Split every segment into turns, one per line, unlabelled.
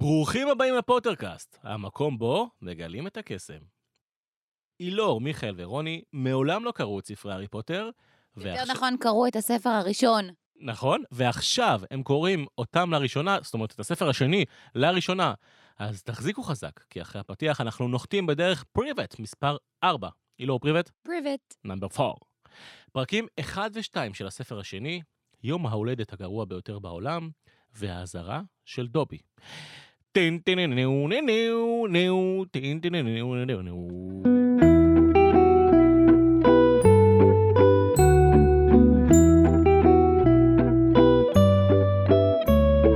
ברוכים הבאים לפוטרקאסט, המקום בו מגלים את הקסם. אילור, מיכאל ורוני מעולם לא קראו את ספרי הארי פוטר,
יותר נכון, קראו את הספר הראשון.
נכון, ועכשיו הם קוראים אותם לראשונה, זאת אומרת, את הספר השני לראשונה. אז תחזיקו חזק, כי אחרי הפתיח אנחנו נוחתים בדרך פריבט מספר 4. אילור פריבט,
פריבט.
נאמבר 4. פרקים 1 ו-2 של הספר השני, יום ההולדת הגרוע ביותר בעולם, והאזהרה של דובי. טין טין נו נו נו נו טין טין נו נו נו נו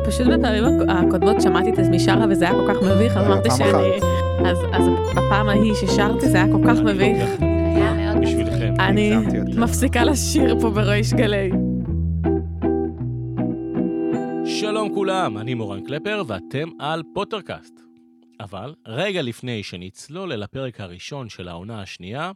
פשוט בפעמים הק- הקודמות שמעתי את עצמי שרה וזה היה כל כך מביך, אז
רגע,
אמרתי
אה, פעם
שאני... אז, אז בפעם ההיא ששרתי זה היה כל כך מביך.
זה היה מאוד
לא בשבילכם.
אני
הגזמתי יותר.
מפסיקה לשיר פה בריש גלי.
שלום כולם, אני מורן קלפר ואתם על פוטרקאסט. אבל רגע לפני שנצלול אל הפרק הראשון של העונה השנייה,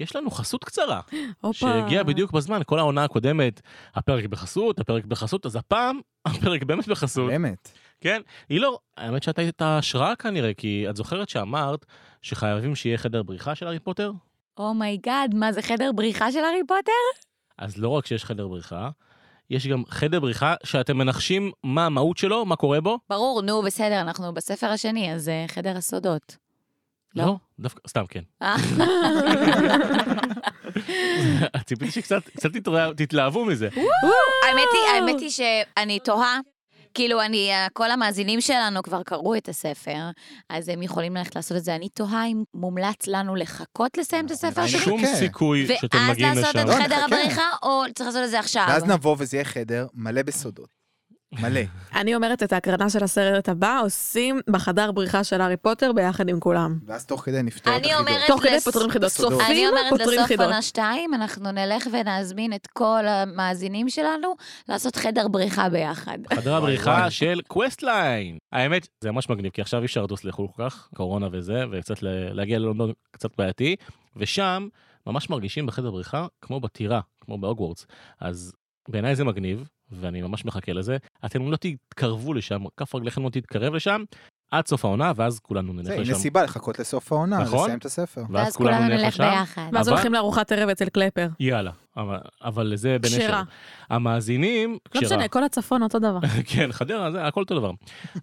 יש לנו חסות קצרה,
הופה.
שהגיעה בדיוק בזמן, כל העונה הקודמת, הפרק בחסות, הפרק בחסות, אז הפעם הפרק באמת בחסות.
באמת.
כן, היא לא, האמת שאתה הייתה השראה כנראה, כי את זוכרת שאמרת שחייבים שיהיה חדר בריחה של הארי פוטר?
אומייגאד, Oh מה זה חדר בריחה של הארי פוטר?
אז לא רק שיש חדר בריחה, יש גם חדר בריחה שאתם מנחשים מה המהות שלו, מה קורה בו.
ברור, נו, בסדר, אנחנו בספר השני, אז אה, חדר הסודות. לא.
דווקא, סתם כן.
אה,
ציפיתי שקצת קצת תתרא- תתלהבו מזה.
אוקיי. האמת היא, האמת היא שאני תוהה. כאילו, אני, אה, כל המאזינים שלנו כבר קראו את הספר, אז הם יכולים ללכת לעשות את זה. אני תוהה אם מומלץ לנו לחכות לסיים את הספר
אני
השני,
שום
מחכה.
סיכוי שאתם
כן. ואז
מגיעים
לעשות
לשם.
את
לא,
חדר
נחכה.
הבריחה, או צריך לעשות את זה
אה,
עכשיו.
לא.
ואז נבוא וזה יהיה חדר מלא בסודות. מלא.
אני אומרת את ההקרנה של הסרט הבא עושים בחדר בריחה של הארי פוטר ביחד עם כולם.
ואז תוך כדי נפתור את
אני
החידות.
אומרת-
תוך כדי
לס-
פותרים חידות.
לסודות. אני
צופים,
אני אומרת
פותרים
לסוף
חידות.
עונה 2, אנחנו נלך ונזמין את כל המאזינים שלנו לעשות חדר בריחה ביחד.
חדר
וואי,
הבריחה
וואי.
של קווסטליין. האמת, זה ממש מגניב, כי עכשיו אי אפשר לטוס לחו"ל כל כך, קורונה וזה, וקצת ל- להגיע ללונדון קצת בעייתי, ושם ממש מרגישים בחדר בריחה כמו בטירה, כמו בהוגוורטס. אז בעיניי זה מגניב, ואני ממש מחכה לזה. אתם לא תתקרבו לשם, כף רגליכם לא תתקרב לשם, עד סוף העונה, ואז כולנו נלך
זה, הנה
לשם.
סיבה לחכות לסוף העונה,
נכון.
לסיים את הספר.
ואז כולנו נלך
לשם.
ביחד.
ואז
אבל-
הולכים לארוחת ערב אצל קלפר.
יאללה, אבל- אבל זה בנשר.
כשרה.
המאזינים,
לא
כשרה.
משנה, כל הצפון אותו דבר.
כן, חדרה, זה הכל אותו דבר.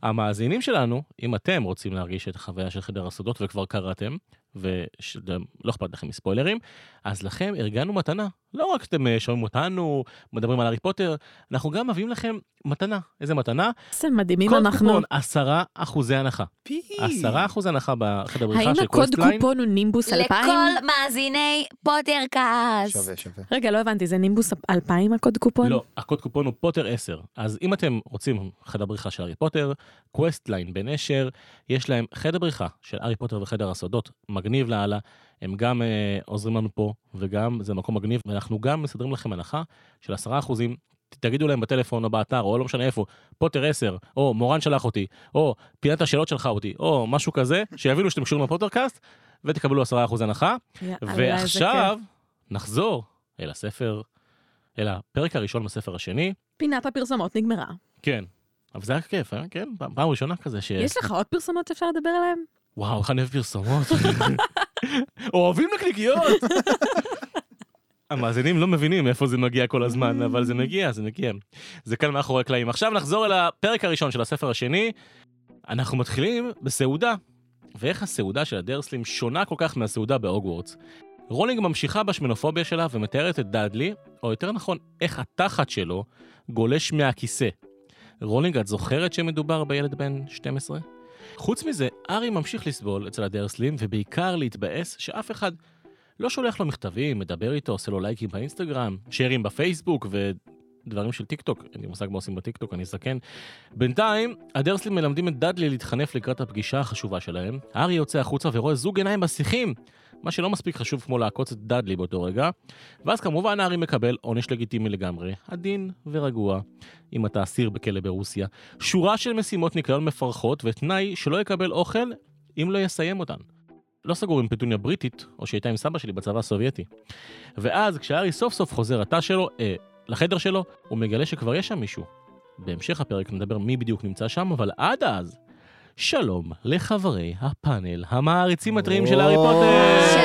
המאזינים שלנו, אם אתם רוצים להרגיש את החוויה של חדר הסודות וכבר קראתם, ולא אכפת לכם מספוילרים, אז לכם ארגנו מתנה. לא רק שאתם אה, שומעים אותנו, מדברים על הארי פוטר, אנחנו גם מביאים לכם מתנה. איזה מתנה?
איזה מדהימים
קוד
אנחנו.
קופון, 10 אחוזי הנחה. 10 אחוזי הנחה בחדר בריחה
האם
של
הקוד
קווסטליין.
קופון הוא נימבוס 2000?
לכל מאזיני פוטרקאסט.
שווה, שווה.
רגע, לא הבנתי, זה נימבוס 2000 הקוד קופון?
לא, הקוד קופון הוא פוטר 10. אז אם אתם רוצים חדר בריחה של הארי פוטר, קווסטליין בן אשר, יש להם חדר בריחה של הארי פוטר וחדר הסודות, מגניב לאללה. הם גם אה, עוזרים לנו פה, וגם זה מקום מגניב, ואנחנו גם מסדרים לכם הנחה של 10 אחוזים. תגידו להם בטלפון או באתר, או לא משנה איפה, פוטר 10, או מורן שלח אותי, או פינת השאלות שלך אותי, או משהו כזה, שיבינו שאתם קשורים לפוטרקאסט, ותקבלו 10 הנחה.
יאללה, איזה
ועכשיו
כן.
נחזור אל הספר, אל הפרק הראשון בספר השני.
פינת הפרסומות נגמרה.
כן. אבל זה היה כיף, אה? כן? פעם פעם ראשונה כזה ש...
יש לך עוד פרסומות שאפשר לדבר עליהן?
וואו, איך אני אוהב פרסומות. אוהבים נקניקיות! המאזינים לא מבינים מאיפה זה מגיע כל הזמן, אבל זה מגיע, זה מגיע. זה כאן מאחורי הקלעים. עכשיו נחזור אל הפרק הראשון של הספר השני. אנחנו מתחילים בסעודה. ואיך הסעודה של הדרסלים שונה כל כך מהסעודה בהוגוורטס. רולינג ממשיכה בשמנופוביה שלה ומתארת את דאדלי, או יותר נכון, איך התחת שלו גולש מהכיסא. רולינג, את זוכרת שמדובר בילד בן 12? חוץ מזה, ארי ממשיך לסבול אצל הדרסלים, ובעיקר להתבאס שאף אחד לא שולח לו מכתבים, מדבר איתו, עושה לו לייקים באינסטגרם, שיירים בפייסבוק ודברים של טיק טוק, אין לי מושג מה עושים בטיקטוק, אני זקן. בינתיים, הדרסלים מלמדים את דאדלי להתחנף לקראת הפגישה החשובה שלהם. הארי יוצא החוצה ורואה זוג עיניים בשיחים, מה שלא מספיק חשוב כמו לעקוץ את דאדלי באותו רגע. ואז כמובן הארי מקבל עונש לגיטימי לגמרי, עדין ורגוע, אם אתה אסיר בכלא ברוסיה. שורה של משימות ניקיון מפרכות ותנאי שלא יקבל אוכל אם לא יסיים אותן. לא סגור עם פטוניה בריטית, או שהייתה עם סבא שלי בצבא הסובייטי. ואז כשהארי סוף סוף חוזר לתא שלו, אה, לחדר שלו, הוא מגלה שכבר יש שם מישהו. בהמשך הפרק נדבר מי בדיוק נמצא שם, אבל עד אז, שלום לחברי הפאנל המעריצים הטריים של הארי פוטר!
שלום.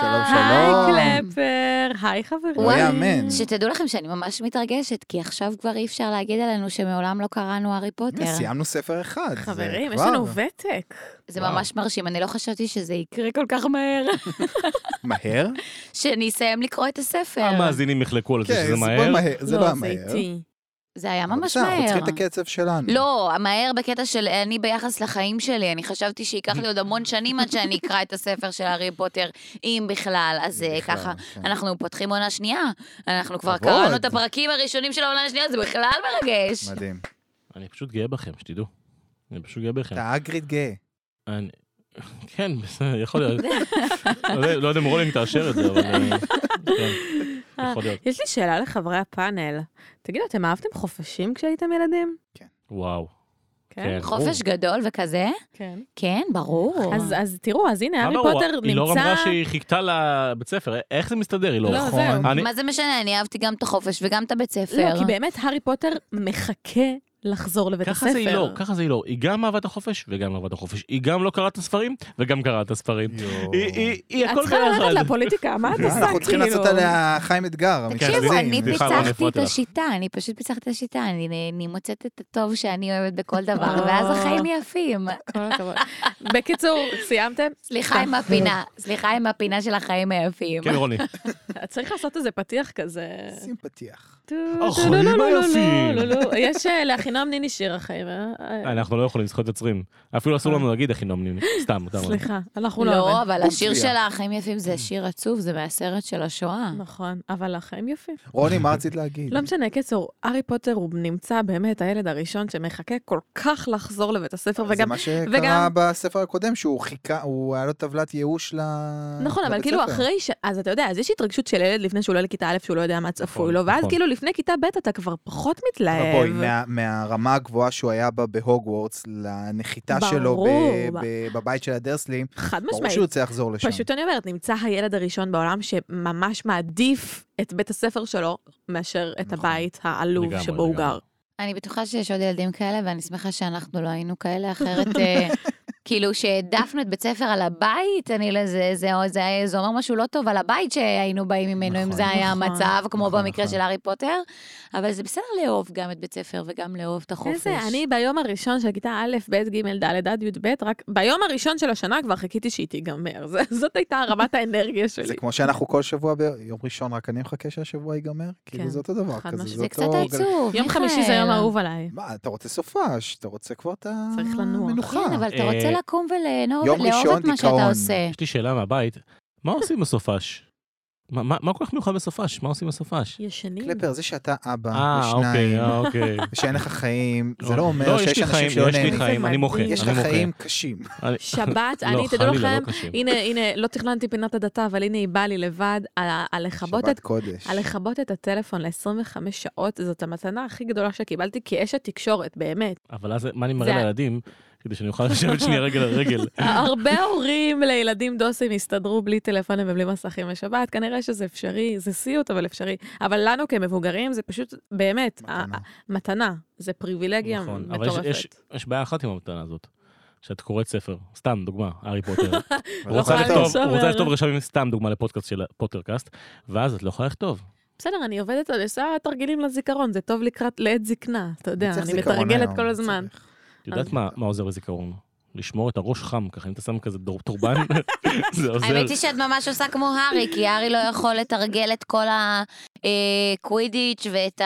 שלום,
היי
שלום.
קלפר, היי חברים.
לא
וואי,
יאמן.
שתדעו לכם שאני ממש מתרגשת, כי עכשיו כבר אי אפשר להגיד עלינו שמעולם לא קראנו הארי פוטר.
סיימנו ספר אחד. זה
חברים, יש
כבר
לנו ותק.
זה
וואו.
ממש מרשים, אני לא חשבתי שזה יקרה כל כך מהר,
מהר?
שאני אסיים לקרוא את הספר.
המאזינים יחלקו על אה, זה
כן,
שזה
זה
מהר.
בואי מהר. זה
לא,
לא היה
זה
מהר.
איטי.
זה היה
אבל
ממש
בסדר, אנחנו
מהר.
צריכים את הקצב שלנו.
לא, מהר בקטע של אני ביחס לחיים שלי, אני חשבתי שייקח לי עוד המון שנים עד שאני אקרא את הספר של הארי פוטר, אם בכלל, אז אה,
בכלל,
ככה.
כן.
אנחנו פותחים עונה שנייה, אנחנו כבר
כבוד.
קראנו את הפרקים הראשונים של העונה השנייה, זה בכלל מרגש.
מדהים.
אני פשוט גאה בכם, שתדעו. אני פשוט גאה בכם.
אתה אגריד גאה.
אני- כן, בסדר, יכול להיות. לא יודע- לא יודע אם רולינג תאשר את זה, אבל... אה, כן, יכול להיות.
יש לי שאלה לחברי הפאנל. תגידו, אתם אהבתם חופשים כשהייתם ילדים?
וואו. כן.
חופש גדול וכזה?
כן.
כן, ברור.
אז, אז תראו, אז הנה,
מה
אה, הארי
ברור?
פוטר נמצא...
היא לא אמרה שהיא חיכתה לבית ספר, א- איך זה מסתדר? היא לא...
לא,
נכון.
זהו.
אני-
מה זה משנה, אני אהבתי גם את החופש וגם את הבית ספר.
לא, כי באמת הארי פוטר מחכה לחזור לבית
ככה
הספר.
זה היא לא, ככה זה היא לא. היא גם אהבה את החופש וגם אהבה את החופש. היא גם לא קראה את הספרים וגם קראה את הספרים.
יואו.
היא- היא היא
את
הכל
צריכה ללכת
ביחד.
לפוליטיקה, מה את עושה?
אנחנו צריכים
כאילו?
לעשות עליה חיים אתגר,
תקשיבו,
זה-
אני
המתנדבים.
סליחה, לא, אני
פיצחתי את
הפרעתי לך.
השיטה, אני פשוט פיצחתי את השיטה, אני אני מוצאת את הטוב שאני אוהבת בכל דבר,
אה.
ואז החיים יפים.
כל הכבוד. בקיצור, סיימתם?
סליחה עם הפינה, סליחה עם הפינה של החיים היפים.
כן, רוני.
צריך לעשות איזה פתיח כזה.
שים פתיח.
טו,
החיים
לא, לא, לא, לא,
היפים.
לא, לא, לא. יש אה, לאחינועם ניני שיר החיים. אה? אה,
אנחנו לא יכולים זכויות יוצרים. אפילו אסור לנו להגיד איך היא נאמנים. סתם, סתם.
סליחה, אנחנו לא...
לא,
אמן.
אבל השיר
בומפריה.
שלה, החיים יפים, זה שיר עצוב, זה מהסרט של השואה.
נכון, אבל החיים יפים.
רוני, מה רצית להגיד?
לא משנה, קיצור, הארי פוטר הוא נמצא באמת הילד הראשון שמחכה כל כך לחזור לבית הספר,
זה
לא, וגם...
מה שקרה
וגם-
בספר הקודם, שהוא חיכה, הוא היה לו טבלת ייאוש ל...
נכון, אבל
לבית
כאילו
ספר.
אחרי ש... אז אתה יודע, אז יש התרגשות של ילד לפני שהוא עולה לכיתה א', שהוא לא יודע מה
נכון,
צפוי לו, ואז
נכון.
כאילו לפני כיתה ב' אתה כבר פחות
אבל
מתלהב.
בואי, מה- מהרמה הגבוהה שהוא היה בה בהוגוורטס, לנחיתה שלו ב-
ברור.
ב- בבית של הדרסלים,
חד
ברור
משמעית.
שהוא ירצה לחזור לשם.
פשוט אני אומרת, נמצא הילד הראשון בעולם שממש מעדיף את בית הספר שלו מאשר את
נכון.
הבית העלוב
לגמרי,
שבו הוא
לגמרי.
גר.
אני בטוחה שיש עוד ילדים כאלה, ואני שמחה שאנחנו לא היינו כאלה, אחרת... אה, כאילו שהעדפנו את בית ספר על הבית, אני לזה, זה, זה, זה אומר משהו לא טוב על הבית שהיינו באים ממנו, אם
נכון,
זה היה
נכון,
המצב, כמו
נכון,
במקרה
נכון.
של הארי פוטר, אבל זה בסדר לאהוב גם את בית ספר וגם לאהוב את החופש.
איזה, אני ביום הראשון של כיתה א', ב', ג', ד', עד י"ב, רק ביום הראשון של השנה כבר חיכיתי שהיא תיגמר. זה- זאת הייתה רמת האנרגיה שלי.
זה כמו שאנחנו כל שבוע ביום ראשון, רק אני מחכה שהשבוע ייגמר? כאילו
כן.
זה אותו דבר
חד
כזה,
משמעית.
זה קצת
אותו גל-
עצוב,
יום חמישי זה
מיכאל.
יום אהוב עליי.
מה, אתה רוצה סופש, אתה רוצה כבר את
צריך לנוח.
המנוחה.
כן, אבל אתה רוצה
אה,
לקום ולאהוב
יום
לאהוב
ראשון
את מה
דיכאון.
שאתה עושה.
יש לי שאלה מהבית, מה עושים בסופש? מה- מה מה כל כך מיוחד בסופש? מה עושים בסופש?
ישנים.
קלפר, זה שאתה אבא,
אה, אוקיי,
ושניים,
אה, אוקיי.
ושאין לך חיים, זה לא
לא,
אומר
יש
שיש
לי
אנשים
חיים,
שלא
יש לי
נהנים.
חיים, אני מוחה.
יש
אני
לך
מוחה.
חיים קשים.
אני-
שבת,
לא,
אני, תדעו
חלילה, לא
לכם,
קשים.
הנה, הנה, לא תכננתי פינת הדתה, אבל הנה היא באה לי לבד, על ה- על לכבות את...
שבת קודש.
על לכבות את הטלפון ל-25 שעות, זאת המתנה הכי גדולה שקיבלתי כאשת תקשורת, באמת.
אבל אז מה אני
זה
מראה
ה-
לילדים? כדי שאני אוכל לשבת שנייה רגל על רגל.
אה.
הרבה הורים לילדים דוסים הסתדרו בלי טלפונים ובלי מסכים לשבת, כנראה שזה אפשרי, זה סיוט, אבל אפשרי. אבל לנו כמבוגרים זה פשוט, באמת, ה-
מתנה.
ה- מתנה, זה פריבילגיה
נכון, אבל יש- יש-
כן, מטורפת.
יש בעיה אחת עם המתנה הזאת. שאת קוראת ספר, סתם דוגמה, הארי פוטר.
אבל
רוצה
לא יכולה
לכתוב-
למצוא
רוצה
בעיה.
לכתוב רשמים סתם דוגמה לפודקאסט של הפוטרקאסט, ואז את לא יכולה לכתוב.
בסדר, אני עובדת, אני עושה תרגילים לזיכרון, זה טוב לקראת לעת זקנה, אתה יודע,
צריך
אני
זיכרון
מתרגלת
היום,
כל
צריך.
הזמן.
את יודעת
אז-
מה מה עוזר לזיכרון? לשמור את הראש חם ככה, אם אתה שם כזה דור- טורבן, זה עוזר.
האמת היא שאת ממש עושה כמו הארי, כי הארי לא יכול לתרגל את כל הקווידיץ' ואת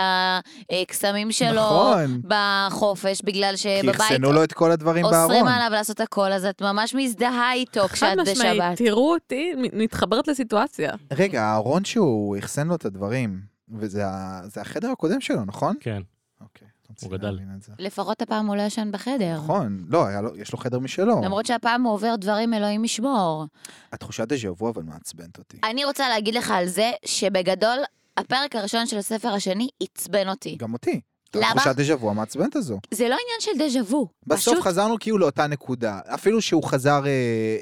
הקסמים שלו
נכון.
בחופש, בגלל
אה,
כי
שבבית
אחסנו לו את כל הדברים
אוסרים
בארון.
עליו לעשות הכל, אז את ממש מזדהה איתו
חד
כשאת
משמעית,
בשבת.
תראו אותי, מ- מתחברת לסיטואציה.
רגע, הארון שהוא אחסן לו את הדברים, וזה ה- זה החדר הקודם שלו, נכון?
כן,
אוקיי.
הוא גדל.
לפחות הפעם הוא לא ישן
כן.
בחדר.
נכון, לא, היה לו- יש לו חדר משלו.
למרות שהפעם הוא עובר דברים אלוהים ישמור.
התחושת דז'ה וו אבל מעצבנת אותי.
אני רוצה להגיד לך על זה שבגדול, הפרק הראשון של הספר השני עצבן אותי.
גם אותי.
למה?
התחושת דז'ה וו המעצבנת הזו.
זה לא עניין של דז'ה וו.
בסוף
פשוט-
חזרנו כאילו לאותה נקודה. אפילו שהוא חזר, אה,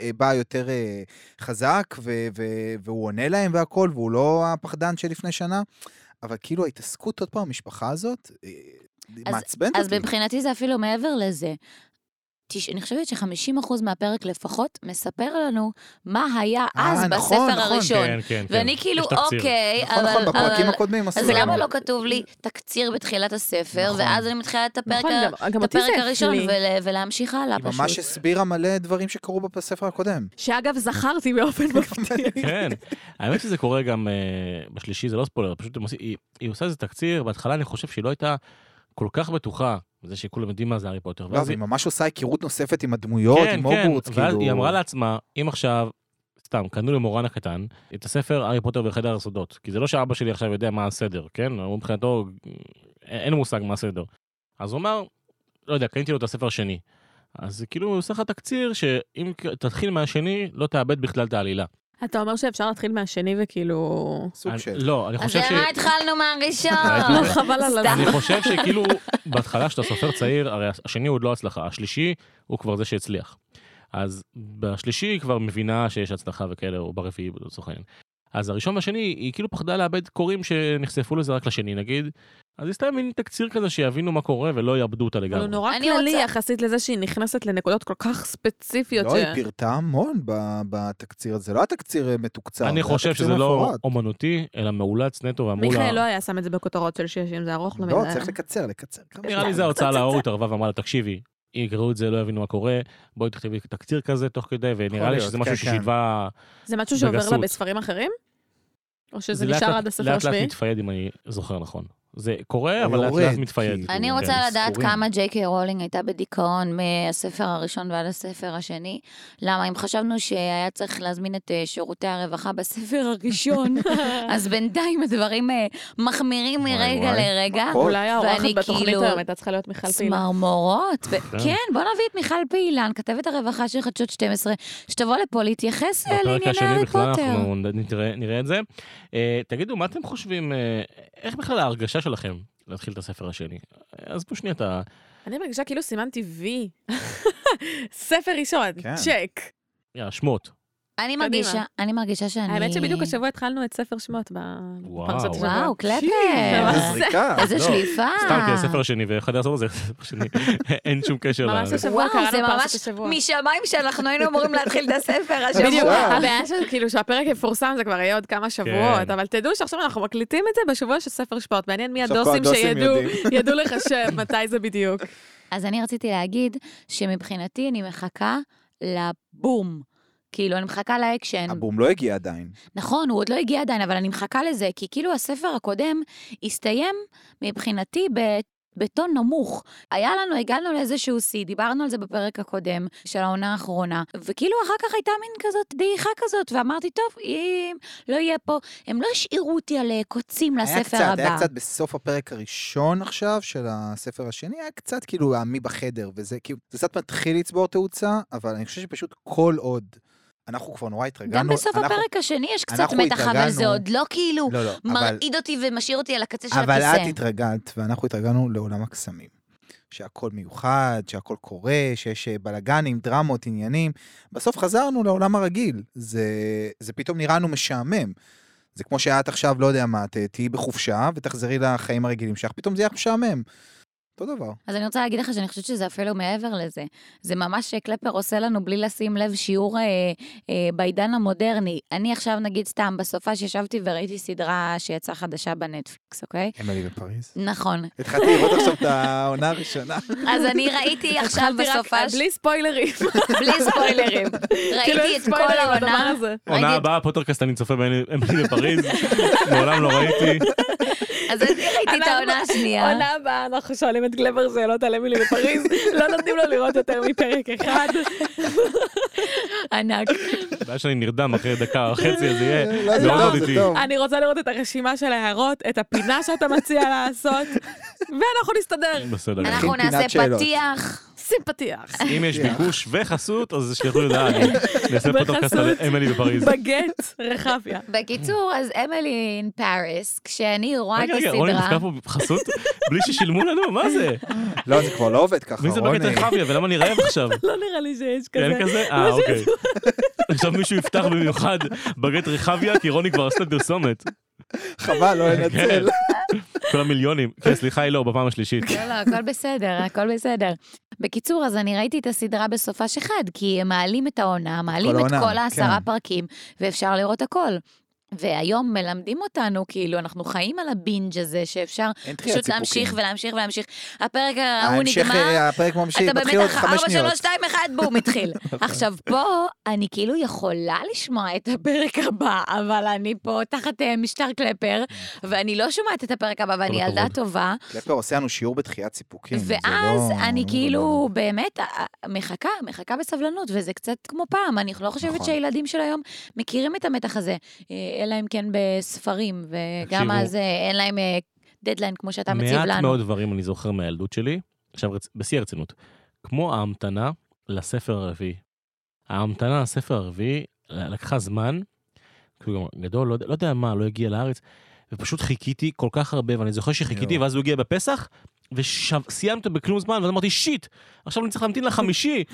אה, בא יותר אה, חזק, ו- ו- והוא עונה להם והכל, והוא לא הפחדן שלפני שנה, אבל כאילו ההתעסקות עוד פעם במשפחה הזאת, אה, מעצבן אותי.
אז מבחינתי זה אפילו מעבר לזה. תש... אני חושבת ש-50% מהפרק לפחות מספר לנו מה היה
אה,
אז בספר
נכון, נכון,
הראשון.
כן, כן, כן.
ואני כאילו,
יש תקציר.
אוקיי,
נכון,
אבל...
נכון, בפרקים
אבל-
הקודמים עשו
אז
לנו.
למה לא כתוב לי תקציר בתחילת הספר,
נכון.
ואז אני מתחילה את הפרק,
נכון,
ה-
גם- גם
את
אותי
הפרק
זה
הראשון
הפליא.
ול... ולהמשיך הלאה
היא
פשוט.
ממש הסבירה מלא דברים שקרו בספר הקודם.
שאגב, זכרתי באופן מפתיע.
כן, האמת שזה קורה גם אה, בשלישי, זה לא ספוילר, פשוט הם עושים- היא- היא עושה איזה תקציר, בהתחלה אני חושב שהיא לא הייתה כל כך בטוחה, זה שכולם יודעים מה זה הארי פוטר.
לא,
ואז
והיא
היא-
ממש עושה היכרות נוספת עם הדמויות, עם הוגוורטס, כאילו.
ואז כן, היא אמרה לעצמה, אם עכשיו, סתם, קנו למורן הקטן את הספר הארי פוטר וחדר הסודות, כי זה לא שאבא שלי עכשיו יודע מה הסדר, כן? הוא מבחינתו, אה, אין מושג מה הסדר. אז הוא אמר, לא יודע, קניתי לו את הספר השני. אז זה כאילו הוא עושה לך תקציר שאם ק- תתחיל מהשני, לא תאבד בכלל את העלילה.
אתה אומר שאפשר להתחיל מהשני וכאילו...
סוג
אני-
של.
לא, אני
אז
חושב ש...
למה התחלנו מהראשון?
לא,
לא, חבל על
סתם.
אני
הזמן.
חושב שכאילו, בהתחלה כשאתה סופר צעיר, הרי השני הוא עוד לא הצלחה, השלישי הוא כבר זה שהצליח. אז בשלישי היא כבר מבינה שיש הצלחה וכאלה, או ברביעי לצורך העניין. אז הראשון והשני, היא כאילו פחדה לאבד קוראים שנחשפו לזה רק לשני נגיד, אז היא סתם מין תקציר כזה שיבינו מה קורה ולא יאבדו אותה
אבל הוא
לגמרי.
נורא
אני
כללי
רוצה-
יחסית לזה שהיא נכנסת לנקודות כל כך ספציפיות.
לא,
ש-
היא פירטה המון ב- בתקציר הזה, לא התקציר אה, מתוקצר.
אני
זה
חושב
התקציר
שזה לא
מפורט.
אומנותי, אלא מאולץ נטו, ואמרו
מיכאל לא
לה...
היה שם את זה בכותרות של שש, אם זה ארוך לו מדי.
לא, צריך לקצר, לקצר. כמה
נראה לי
שאפשר.
זה ההוצאה לאור התערבה ואמרה לה, תקשיבי, יקראו את זה, לא יבינו מה קורה, בואי תכתבי תקציר כזה תוך כדי, ונראה לי
להיות,
שזה
כן,
משהו
כן.
ששיבה
זה משהו שעובר לה
בגסות.
בספרים אחרים? או שזה
זה לאט
נשאר
לאט-
עד הספר
לאט
השביעי?
לאט מתפייד, אם אני זוכר נכון. זה קורה, אבל לאט
יורד,
לאט מתפייד.
כאילו.
אני
כן.
רוצה לדעת
ספורים.
כמה ג'יי קיי רולינג הייתה בדיכאון מהספר הראשון ועד הספר השני. למה? אם חשבנו שהיה צריך להזמין את אה, שירותי הרווחה בספר הראשון, אז בינתיים הדברים אה, מחמירים
וואי,
מרגע
וואי.
לרגע.
מכות.
אולי האורחת
ואני
בתוכנית
כאילו-
היום הייתה צריכה להיות מיכל פעילה.
צמרמורות. ו- כן, בוא נביא את מיכל פעילן, כתבת הרווחה של חדשות 12, שתבוא לפה להתייחס אה,
בפרק
לענייני
השני
הארי
בכלל
פוטר.
אנחנו נ- נתראה- נראה את זה. אה, תגידו, מה אתם חושבים, אה, איך בכלל ההרגשה שלכם להתחיל את הספר השני? אה, עזבו שנייה את ה...
אני מרגישה כאילו סימנתי וי. ספר ראשון,
כן.
צ'ק.
יאללה, שמות.
אה.
אני מרגישה, אני מרגישה שאני...
האמת שבדיוק השבוע התחלנו את ספר שמות ב-
וואו.
בפרסות השבוע.
וואו, קלפר.
איזה
אה,
זריקה.
איזה
לא,
שליפה.
סתם, כי הספר השני ואחד הספר זה הספר השני. אין שום קשר ל...
ממש השבוע
וואו, זה
קראנו
ממש
פרסות השבוע.
משמיים שאנחנו היינו אמורים להתחיל את הספר השבוע.
בדיוק,
וואו.
הבעיה שזה כאילו שהפרק יפורסם זה כבר יהיה עוד כמה שבועות, אבל תדעו שעכשיו אנחנו מקליטים את זה בשבוע של ספר שפוט, מעניין מי
עכשיו כל
הדוסים
הדוסים
שידעו
יודעים.
ידעו לחשב מתי זה בדיוק.
אז אני רציתי להגיד שמבחינתי אני מחכה לבום. כאילו, אני מחכה לאקשן.
הבום לא הגיע עדיין.
נכון, הוא עוד לא הגיע עדיין, אבל אני מחכה לזה, כי כאילו הספר הקודם הסתיים מבחינתי ב... בטון נמוך. היה לנו, הגענו לאיזשהו שיא, דיברנו על זה בפרק הקודם של העונה האחרונה, וכאילו אחר כך הייתה מין כזאת דעיכה כזאת, ואמרתי, טוב, אם לא יהיה פה, הם לא השאירו אותי על אה, קוצים
היה
לספר
קצת,
הבא.
היה קצת בסוף הפרק הראשון עכשיו של הספר השני, היה קצת כאילו העמי בחדר, וזה כאילו, זה קצת מתחיל לצבור תאוצה, אבל אני חושב שפשוט כל עוד, אנחנו כבר נורא התרגלנו.
גם בסוף
אנחנו-
הפרק השני יש קצת
אנחנו
מתח, אבל זה
התרגלנו-
עוד לא כאילו
לא, לא, אבל,
מרעיד אותי ומשאיר אותי על הקצה של הכיסא.
אבל את התרגלת, ואנחנו התרגלנו לעולם הקסמים. שהכל מיוחד, שהכל קורה, שיש אה, בלאגנים, דרמות, עניינים. בסוף חזרנו לעולם הרגיל. זה, זה פתאום נראה לנו משעמם. זה כמו שאת עכשיו, לא יודע מה, ת- תהיי בחופשה ותחזרי לחיים הרגילים שלך, פתאום זה יהיה לך משעמם. אותו דבר.
אז אני רוצה להגיד לך שאני חושבת שזה אפילו מעבר לזה. זה ממש קלפר עושה לנו בלי לשים לב שיעור אה, אה, בעידן המודרני. אני עכשיו, נגיד סתם, בסופה שישבתי וראיתי סדרה שיצאה חדשה בנטפליקס, אוקיי?
אמילי בפריז.
נכון.
התחלתי לראות עכשיו את העונה הראשונה.
אז אני ראיתי עכשיו
התחלתי רק- אה,
בסופה, ש-
בלי ספוילרים.
בלי ספוילרים. ראיתי
כאילו אין
את כל
ספוילרים לדבר
העונה.
הזה.
עונה
ראיתי-
הבאה, פוטרקאסט, אני צופה באמילי בפריז, מעולם לא ראיתי.
אז אני ראיתי את
אנחנו-
העונה השנייה.
עונה הבאה אנחנו שואלים את גלבר שאלות על אמילי בפריז, לא נותנים לו לראות יותר מפרק אחד.
ענק.
הבעיה שאני נרדם אחרי דקה וחצי, אז זה
לא,
יהיה
זה
מאוד
טוב,
מאוד
זה
איטי.
טוב.
אני רוצה לראות את הרשימה של ההערות, את הפינה שאתה מציע לעשות, ואנחנו נסתדר.
בסדר. כן.
אנחנו
פינת
נעשה
שאלות.
פתיח.
שים פתיח.
אם יש ביקוש וחסות, אז שלחו הודעה, אני נעשה פוטרקאסט על
בחסות.
אמילי בפריז.
בגט, רחביה.
בקיצור, אז אמילי אין פאריס, כשאני רואה את
רגע, רגע,
הסדרה...
רוני נפגע פה בחסות בלי ששילמו לנו? מה זה?
לא, זה כבר לא עובד ככה,
מי זה
רוני.
בקטע רחביה ולמה אני רעב עכשיו?
לא נראה לי שיש כזה.
אין כזה? אה, אוקיי. עכשיו מישהו יפתח במיוחד בגט רחביה, כי רוני כבר עשתה פרסומת.
חבל, לא
כן.
לנצל.
כל המיליונים. כן, סליחה, היא לא, בפעם השלישית.
לא, לא, הכל בסדר, הכל בסדר. בקיצור, אז אני ראיתי את הסדרה בסופש אחד, כי הם מעלים את העונה, מעלים את
העונה,
כל העשרה
כן.
פרקים, ואפשר לראות הכל. והיום מלמדים אותנו, כאילו, אנחנו חיים על הבינג' הזה, שאפשר
אין דחיית
פשוט
סיפוקים.
להמשיך ולהמשיך ולהמשיך. הפרק ההוא
ההמשך,
נגמר,
אה, הפרק ממשיך,
אתה
מתחיל עוד
במתח,
חמש
4,
שניות. נכון.
3, 2, 1, בום, התחיל. עכשיו, פה אני כאילו יכולה לשמוע את הפרק הבא, אבל אני פה תחת אה, משטר קלפר,
נכון.
ואני לא שומעת את הפרק הבא, ואני ילדה
הכבוד.
טובה.
קלפר עושה לנו שיעור בדחיית סיפוקים. זה
ואז
לא-
אני
לא
כאילו
גדול.
באמת אה, אה, מחכה, מחכה בסבלנות, וזה קצת כמו פעם, אני לא חושבת
נכון.
שהילדים של היום מכירים את המתח הזה, אה, אלא אם כן בספרים, וגם
תקשיבו.
אז אה, אין להם אה, דדליין כמו שאתה מציב
מעט
לנו.
מאוד דברים אני זוכר מהילדות שלי, עכשיו רצ- בשיא הרצינות, כמו ההמתנה לספר הרביעי. ההמתנה לספר הרביעי ל- לקחה זמן, כאילו גם גדול, לא, יודע- לא יודע מה, לא הגיע לארץ, ופשוט חיכיתי כל כך הרבה, ואני זוכר שחיכיתי,
יואו.
ואז הוא הגיע בפסח, וסיימת בכלום זמן, ואז אמרתי, שיט, עכשיו אני צריך להמתין לחמישי,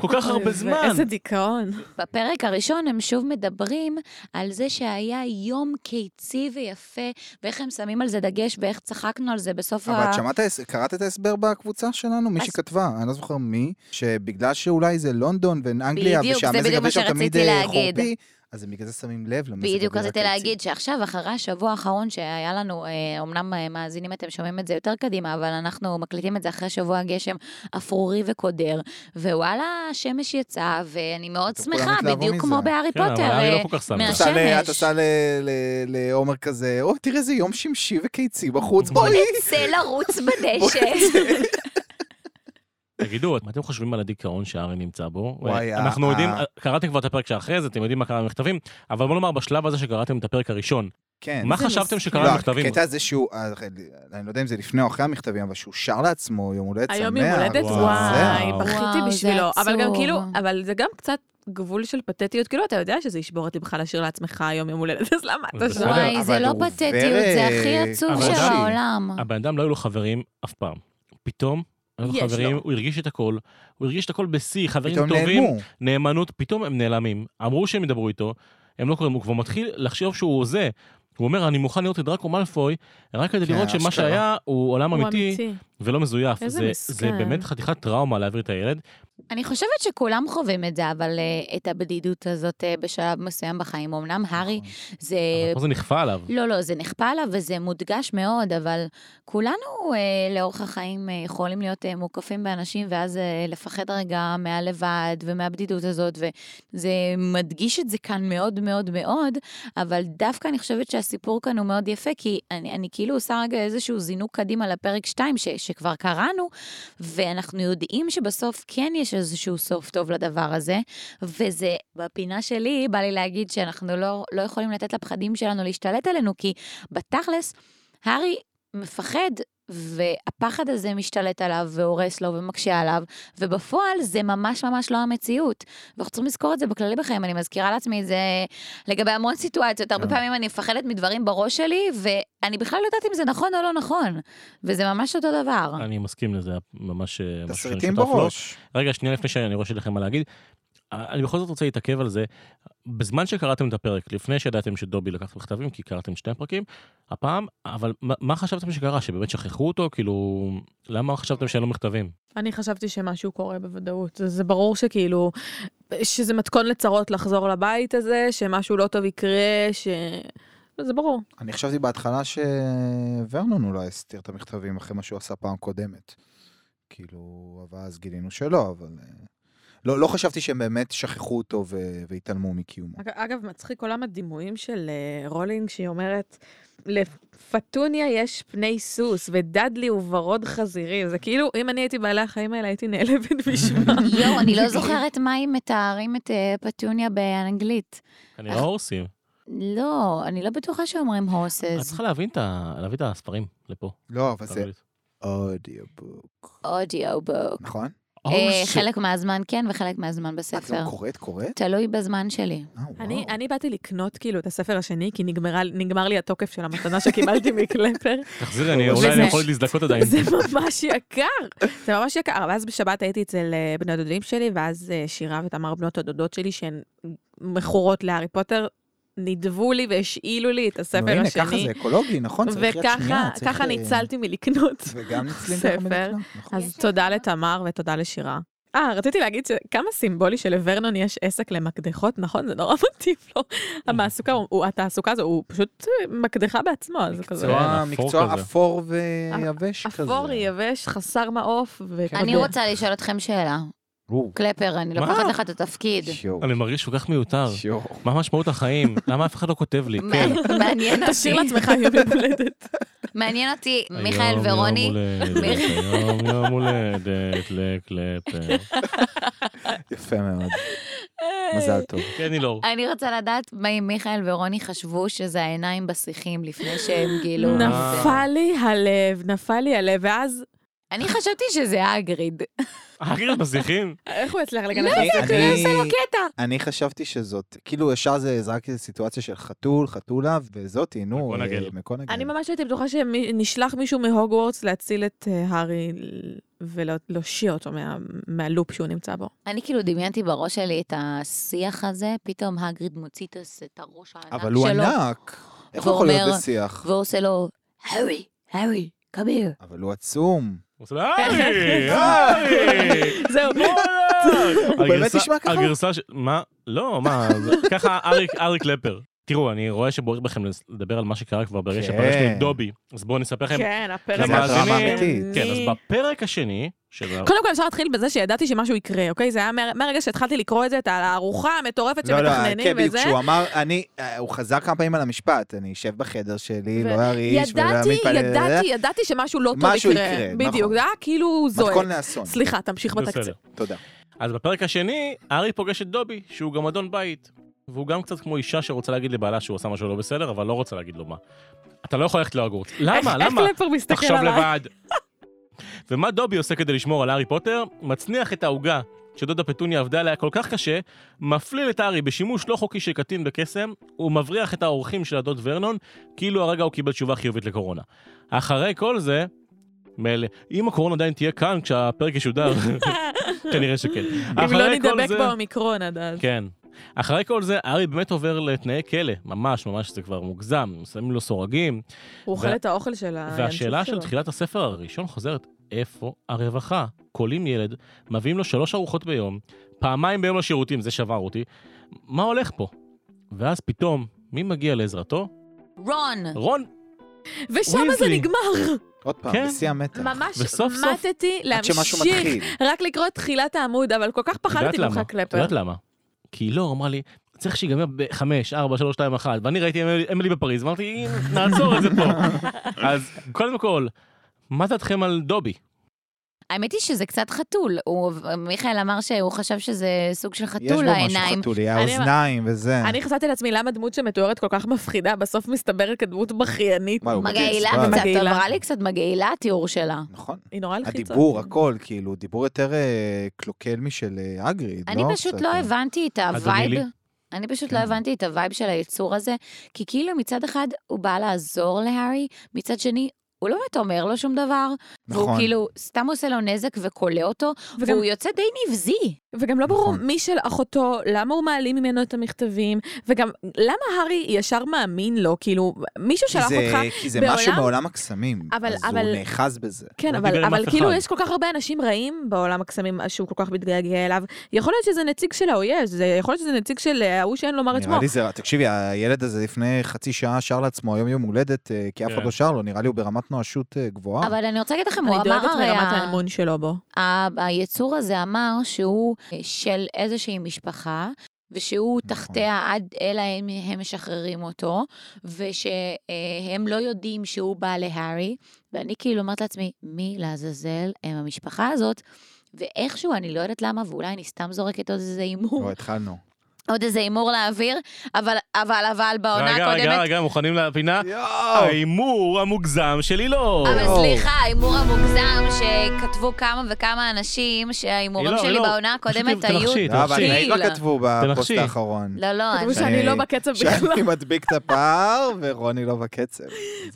כל כך הרבה זמן.
איזה דיכאון.
בפרק הראשון הם שוב מדברים על זה שהיה יום קיצי ויפה, ואיך הם שמים על זה דגש, ואיך צחקנו על זה בסוף
לא. אבל את שמעת, קראת את ההסבר בקבוצה שלנו? מישהי
אז-
כתבה, אני לא זוכר מי, שבגלל שאולי זה לונדון ואנגליה,
בדיוק, זה
ושהמזג
בדיוק מה
אוויר שם תמיד
שרציתי
אה,
להגיד.
חורפי, אז הם בגלל זה שמים לב למזג אוויר
בדיוק רציתי
הקיצי.
להגיד שעכשיו, אחרי השבוע האחרון שהיה לנו, אה, אומנם אה, מאזינים אתם שומעים את זה יותר קדימה, אבל אנחנו מקליטים את זה אחרי שבוע גשם אפרורי וקודר, ווואלה, השמש יצאה, ואני מאוד
אתם כולם
שמחה,
התלהבו
בדיוק
מזה.
כמו בהארי
כן, אבל
פוטר.
ארי
אה,
לא כל כך שם.
מה-
לב.
את עושה ל-
השמש.
את עושה ל- ל- לעומר כזה, או תראה איזה יום שמשי וקיצי בחוץ,
בוא
בואי.
נצא לרוץ בדשא.
תגידו, מה אתם חושבים על הדיכאון שהארי נמצא בו? אה,
וואי, אה,
אנחנו
ה-
יודעים,
ה-
קראתם כבר את הפרק שאחרי זה, אתם יודעים מה קרה במכתבים, אבל בוא נאמר, בשלב הזה שקראתם את הפרק הראשון,
כן.
מה
זה
חשבתם
נושא.
שקרה במכתבים?
הקטע הזה שהוא, אה, אני לא יודע אם זה לפני או אחרי המכתבים, אבל שהוא שר לעצמו יום הולדת שמח.
היום יום הולדת,
וואו.
וואי,
וואו.
בכיתי
וואו, זה
בשבילו. אבל גם
עצוב.
כאילו, אבל זה גם קצת גבול של פתטיות, כאילו, אתה יודע שזה ישבור את לבך לשיר לעצמך היום יום הולדת, אז למה אתה
בסדר.
שם?
וואי,
אבל
זה לא
הוא
פתטיות,
עובר,
זה הכי
אה,
עצוב
אבל
של
אדם-
העולם.
הבן אדם לא היו לו חברים אף פעם. פתאום, היו לו
יש לא.
חברים,
לו.
הוא הרגיש את הכל, הוא הרגיש את הכל בשיא, חברים
פתאום
טובים,
נעלמו.
נאמנות, פתאום הם נעלמים. אמרו שהם ידברו איתו, הם לא קוראים, הוא כבר מתחיל לחשוב שהוא זה. הוא אומר, אני מוכן לראות את דראקו מאלפוי, רק כדי
כן,
לראות שמה
אשכרה.
שהיה הוא עולם
הוא
אמיתי ולא מזויף.
איזה
זה- זה
מסכן.
באמת חתיכת טראומה להעביר את הילד.
אני חושבת שכולם חווים את זה, אבל אה, את הבדידות הזאת אה, בשלב מסוים בחיים. אמנם הארי
נכון,
זה
אבל פה זה נכפה עליו.
לא, לא, זה נכפה עליו וזה מודגש מאוד, אבל כולנו אה, לאורך החיים אה, יכולים להיות אה, מוקפים באנשים, ואז אה, לפחד רגע מהלבד ומהבדידות הזאת, וזה מדגיש את זה כאן מאוד מאוד מאוד, אבל דווקא אני חושבת שהסיפור כאן הוא מאוד יפה, כי אני, אני כאילו עושה רגע איזשהו זינוק קדימה לפרק 2 ש, שכבר קראנו, ואנחנו יודעים שבסוף כן יש איזשהו סוף טוב לדבר הזה, וזה, בפינה שלי, בא לי להגיד שאנחנו לא, לא יכולים לתת לפחדים שלנו להשתלט עלינו, כי בתכלס, הארי מפחד, והפחד הזה משתלט עליו, והורס לו, ומקשה עליו, ובפועל זה ממש ממש לא המציאות. ואנחנו צריכים לזכור את זה בכללי בחיים, אני מזכירה לעצמי את זה לגבי המון סיטואציות, הרבה
כן.
פעמים אני מפחדת מדברים בראש שלי, ואני בכלל לא יודעת אם זה נכון או לא נכון, וזה ממש אותו דבר.
אני מסכים לזה, ממש אה, משהו שאני
תסריטים
שותף לו.
בראש.
רגע, שנייה לפני שאני רואה שיש לכם מה להגיד. אה, אני בכל זאת רוצה להתעכב על זה. בזמן שקראתם את הפרק, לפני שידעתם שדובי לקח מכתבים, כי קראתם שני הפרקים, הפעם, אבל מה, מה חשבתם שקרה? שבאמת שכחו אותו? כאילו, למה חשבתם שאין לו מכתבים?
אני חשבתי שמשהו קורה בוודאות. זה, זה ברור שכאילו, שזה מתכון לצרות לחזור לבית הזה, שמשהו לא טוב יקרה, ש... זה ברור.
אני חשבתי בהתחלה שוורנון אולי הסתיר את המכתבים אחרי מה שהוא עשה פעם קודמת. כאילו, אבל אז גילינו שלא, אבל... אה, לא, לא חשבתי שהם באמת שכחו אותו ו... והתעלמו מקיומו.
אג- אגב, מצחיק עולם הדימויים של אה, רולינג, שהיא אומרת, לפטוניה יש פני סוס, ודדלי הוא ורוד חזירי. זה כאילו, אם אני הייתי בעלי החיים האלה, הייתי נעלבת בשמם.
יואו, אני לא זוכרת מה אם מתארים את אה, פטוניה באנגלית.
כנראה הורסים.
לא, אני לא בטוחה שאומרים
את
הורסס.
צריכה להבין את, ה... להביא את הספרים לפה.
לא, אבל זה
באנגלית.
אודיובוק.
אודיו בוק.
נכון?
Oh, shit.
אה,
לא
חלק מהזמן כן וחלק מהזמן
את גם
בספר.
קוראת, קוראת?
תלוי בזמן שלי.
אה, וואו.
אני, אני באתי לקנות כאילו את הספר השני, כי נגמרה, נגמר לי התוקף של המתנה שקיבלתי מקלפר.
תחזירי, אני
וזה-
אולי אני יכול להזדכות עדיין.
זה ממש יקר, זה ממש יקר. אבל אז בשבת הייתי אצל אה, בני הדודים שלי, ואז אה, שירה ותמר בנות הדודות שלי, שהן מכורות להארי פוטר, נידבו לי והשאילו לי את הספר
נו, הנה,
השני.
ככה זה אקולוגי, נכון? צריך יד
וככה
שנייה, צריך,
ככה
אה,
ניצלתי מלקנות.
וגם ניצלים ככה
ספר.
מלקנות, נכון.
אז
יש
תודה
לך-
לתמר ותודה לשירה. אה, רציתי להגיד שכמה סימבולי שלוורנון יש עסק למקדחות, נכון? זה נורא מתאים לו. המעסוקה, הוא- הוא- התעסוקה הזו, הוא פשוט אה, מקדחה בעצמו, אז זה כזה.
מקצוע.
מקצוע-
אפור
מקצוע
כזה.
אפור ויבש כזה.
אפור, יבש, חסר מעוף,
כן.
וכבוד.
אני רוצה לשאול אתכם שאלה.
או,
קלפר, אני
כן, מה?
לוקחת לך את התפקיד.
שיו,
אני מרגיש כל כך מיותר.
שיו.
מה משמעות החיים? למה אף אחד לא כותב לי? כן.
מע- מעניין
תשאיר
אותי-
לעצמך יום הולדת.
מעניין אותי,
היום
מיכאל ורוני,
יום הולדת, היום יום הולדת אה. לקלפר.
יפה מאוד.
אה,
מזל טוב.
כן, אילור.
אה.
אני רוצה לדעת מה אם מיכאל ורוני חשבו שזה העיניים בשיחים לפני שהם גילו. את זה.
נכון.
אה.
נפל לי הלב, נפל לי הלב, ואז...
אני חשבתי שזה אגריד.
אגריד מזיחים?
איך הוא יצליח לגנב?
אני- אני-
לא, קטע.
אני חשבתי שזאת, כאילו ישר זה זה רק סיטואציה של חתול, חתולה, וזאתי, נו,
מקונגל.
אה, מקונגל.
אני ממש הייתי בטוחה שנשלח מישהו מהוגוורטס להציל את אה, הארי ולהושיע אותו מה- מהלופ שהוא נמצא בו.
אני כאילו דמיינתי בראש שלי את השיח הזה, פתאום הגריד מוציא את הס- את הראש הענק שלו.
אבל הוא ענק. איך הוא יכול
ואומר-
להיות בשיח?
ועושה לו, הארי, הארי, come here.
אבל הוא עצום.
הוא עושה לו,
כן.
"ארי, ארי,
זהו,
הוא באמת
הגרסה-
נשמע ככה?
הגרסה ש... מה? לא, מה? זה- ככה אריק- אריק קלפר. תראו, אני רואה שבוער בכם לס- לדבר על מה שקרה כבר ברגע
כן.
שפגשנו את דובי, אז בואו נספר לכם.
כן, הפרק
למאזינים-
האמיתית.
כן, אז בפרק השני של ה-
קודם כל אפשר להתחיל בזה שידעתי שמשהו יקרה, אוקיי? זה היה מה- מהרגע שהתחלתי לקרוא את זה, את הארוחה המטורפת
לא, לא,
שמתכננים
כן, בדיוק,
וזה.
כשהוא אמר, אני, אה, הוא חזר כמה פעמים על המשפט, אני אשב בחדר שלי,
ו-
לא ארעיש, ולא
ידעתי,
מתפלל,
ידעתי, ידעתי שמשהו לא טוב
משהו
יקרה.
יקרה, נכון.
בדיוק, זה היה כאילו זועק.
מתכון לאסון.
סליחה, תמשיך בתקציב.
תודה.
אז בפרק השני, ארי פוגש את דובי, שהוא גם אדון בית. והוא גם קצת כמו אישה שרוצה להגיד לבעלה שהוא עשה משהו לא בסדר, אבל לא רוצה להגיד לו מה. אתה לא יכול ללכת להוגוורטס.
איך-
למה? למה?
איך קלפר מסתכל
תחשוב
עליי?
לבד. ומה דובי עושה כדי לשמור על הארי פוטר? מצניח את העוגה שדודה פטוניה עבדה עליה כל כך קשה, מפליל את הארי בשימוש לא חוקי של קטין בקסם, ומבריח את האורחים של הדוד ורנון, כאילו הרגע הוא קיבל תשובה חיובית לקורונה. אחרי כל זה, מילא, אם הקורונה עדיין תהיה כאן כשהפרק ישודר, כנראה שכן.
אם לא
אחרי כל
נדבק
זה-
באומיקרון עד אז.
כן. אחרי כל זה, ארי באמת עובר לתנאי כלא, ממש, ממש, זה כבר מוגזם, שמים לו סורגים,
הוא אוכל את האוכל של ה...
והשאלה של
שלו.
תחילת הספר הראשון חוזרת, איפה הרווחה? קולים ילד, מביאים לו שלוש ארוחות ביום, פעמיים ביום לשירותים, זה שבר אותי, מה הולך פה? ואז פתאום, מי מגיע לעזרתו?
רון.
רון,
ושם זה
ויזלי.
נגמר.
עוד פעם,
כן.
בשיא המתח.
ממש
וסוף סוף-
מתתי
עד שמשהו
להמשיך
מתחיל.
רק לקרוא את תחילת העמוד, אבל כל כך
את יודעת
פחדתי ממך,
למה? את
קלפר.
יודעת למה? כי לא, אמרה לי, צריך שיגמר בחמש, ארבע, שלוש, שתיים, אחת, ואני ראיתי אמילי- אמילי בפריז, אמרתי, נעצור את זה פה. אז קודם כל, מה דעתכם על דובי?
האמת היא שזה קצת חתול. הוא- מיכאל אמר שהוא חשב שזה סוג של
יש בו
חתול
משהו
לעיניים.
חתולי,
אני-
האוזניים וזה.
אני חשבתי לעצמי למה דמות שמתוארת כל כך מפחידה, בסוף מסתברת כדמות בכיינית.
וואי, הוא
מגעילה
מגעיל,
קצת,
מגעילה.
עברה לי קצת מגעילה התיאור שלה.
נכון.
היא נורא לחיצה.
הדיבור, הכל, כאילו, דיבור יותר אה, קלוקל משל אה, אגריד, לא?
אני פשוט
קצת,
לא
אה,
הבנתי את
אדוני
הווייב.
לי.
אני פשוט
כן.
לא הבנתי את הווייב של היצור הזה, כי כאילו מצד אחד הוא בא לעזור להארי, מצד שני הוא לא באמת אומר לו שום דבר, והוא
נכון.
כאילו סתם עושה לו נזק וכולא אותו,
וגם-
והוא יוצא די נבזי.
וגם לא ברור
נכון.
מי של אחותו, למה הוא מעלים ממנו את המכתבים, וגם למה הארי ישר מאמין לו, כאילו, מישהו
כי
שלח
זה-
אותך...
כי זה
בעולם-
משהו מעולם הקסמים,
אבל-
אז הוא
אבל-
נאחז בזה.
כן,
לא
אבל,
דיבר עם
אבל
אף
כאילו
אחד.
יש כל כך הרבה אנשים רעים בעולם הקסמים אה, שהוא כל כך מתגעגע אליו. יכול להיות שזה נציג של האויב, זה יכול להיות שזה נציג של אה, ההוא שאין לומר את שמו.
נראה לי זה, תקשיבי, הילד הזה לפני חצי שעה שר לעצמו היום יום הולדת, אה, כי אף אחד
כן.
לא שר לו, נראה לי הוא ברמת נואשות אה, גבוהה.
אבל אני רוצה להגיד לכם, הוא
אני
אמר אה,
דואגת
הרי,
מרמת
ה-
האמון שלו בו.
ה- היצור הזה אמר שהוא אה, של איזושהי משפחה. ושהוא
נכון.
תחתיה עד אלא אם הם משחררים אותו, ושהם לא יודעים שהוא בא להארי, ואני כאילו אומרת לעצמי, מי לעזאזל הם המשפחה הזאת? ואיכשהו, אני לא יודעת למה, ואולי אני סתם זורקת עוד איזה הימור,
לא, התחלנו.
עוד איזה הימור לאוויר, אבל, אבל, אבל בעונה
רגע, רגע,
הקודמת...
רגע, מוכנים לפינה?
יואו!
ההימור המוגזם של אילור.
אבל סליחה, ההימור המוגזם שכתבו כמה וכמה אנשים, שההימורים
לא,
שלי
לא,
בעונה
פשוט
הקודמת
תנחשי, תנחשי.
היו...
לא, אבל
תנחשי.
ראית מה כתבו בפוסט
תנחשי.
האחרון.
לא, לא,
כתבו
אני...
שאני
אה,
לא בקצב בכלל.
שאני מדביק את הפער ורוני לא בקצב. זה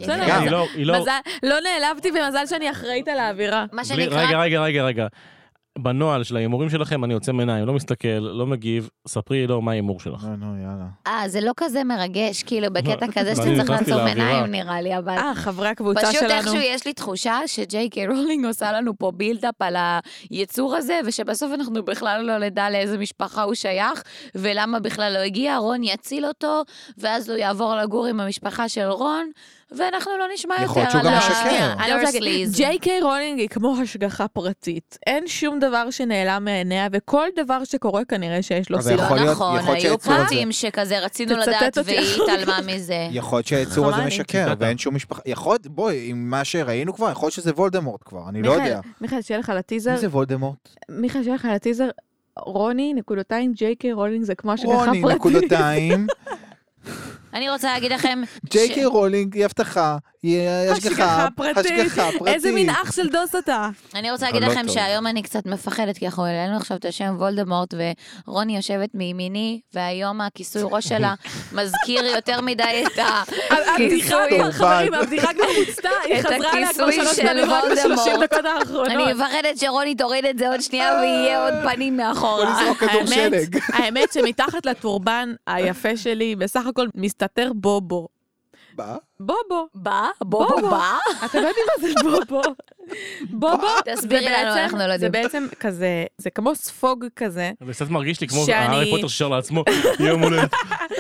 בסדר,
גם-
אבל-
אילור,
לא.
אילור,
לא מזל- לא נעלבתי ומזל שאני אחראית על האווירה.
מה
בלי-
שנקרא,
רגע, רגע, רגע, רגע. בנוהל של ההימורים שלכם, אני עוצם עיניים, לא מסתכל, לא מגיב, ספרי לו מה ההימור שלך.
נו, נו, יאללה.
אה, זה לא כזה מרגש, כאילו,
נכון.
בקטע כזה שאתה
אני
צריך
נכנסתי
לעצום
לאווירה.
עיניים, נראה לי, אבל...
אה, חברי הקבוצה שלנו.
פשוט איכשהו יש לי תחושה שג'יי קיי רולינג עושה לנו פה בילדאפ על היצור הזה, ושבסוף אנחנו בכלל לא נדע לאיזה משפחה הוא שייך, ולמה בכלל לא הגיע, רון יציל אותו, ואז הוא יעבור לגור עם המשפחה של רון, ואנחנו לא נשמע יותר
יכול להיות שהוא
על
גם
ה-
משקר.
שנייה,
אני רוצה להגיד,
דורסליז.
ג'יי קיי רולינג היא כמו השגחה פרטית. אין שום דבר שנעלם מעיניה, וכל דבר שקורה כנראה שיש לו
אבל
סיבה.
יכול
לא
להיות-
נכון,
יכול להיות
היו
שיצרו את זה.
פרטים שכזה רצינו
תצטט
לדעת
אותי.
והיא התעלמה מזה.
יכול להיות שהיצור הזה
חמני.
משקר,
ציטטה.
ואין שום משפחה. יכול, בואי, עם מה שראינו כבר, יכול להיות שזה וולדמורט כבר, אני לא
מיכאל,
יודע.
מיכאל, שיהיה לך לטיזר,
מי זה וולדמורט?
מיכאל, שיהיה לך לטיזר, רוני, נקודתיים, ג'יי קיי רולינג זה כמו השגחה פרטית.
רוני, נקודתיים.
אני רוצה להגיד לכם...
ג'יי קיי רולינג היא הבטחה, היא השגחה,
השגחה פרטית.
השגחה פרטית.
איזה מין אח של דוס אתה?
אני רוצה
אבל
להגיד
לא
לכם
טוב.
שהיום אני קצת מפחדת, כי אנחנו העלינו עכשיו את השם וולדמורט, ורוני יושבת מימיני, והיום הכיסוי ראש שלה מזכיר יותר מדי את ה...
הבדיחה כבר,
טורבד.
חברים, הבדיחה כבר מוצתה, היא
את
חזרה עליה כבר
הכיסוי
שלוש
של
פעמים רק בשלושים
וולדמורט.
דקות
אני
האחרונות.
מפחדת שרוני תוריד את זה עוד שנייה ויהיה עוד פנים מאחורה.
אה. בוא נזרוק כדור
האמת-
שלג.
האמת שמתחת לטורבן היפה שלי, בסך הכל מסתתר בובו.
מה?
בובו.
בא? בובו
בובו.
בא?
אתם לא יודעים מה זה בובו. בובו,
תסבירי
זה
לנו,
בעצם-
אנחנו לא
זה
יודעים.
בעצם כזה, זה כמו ספוג כזה.
זה קצת מרגיש לי כמו
שאני-
הארי פוטר ששר לעצמו, יום הולדת,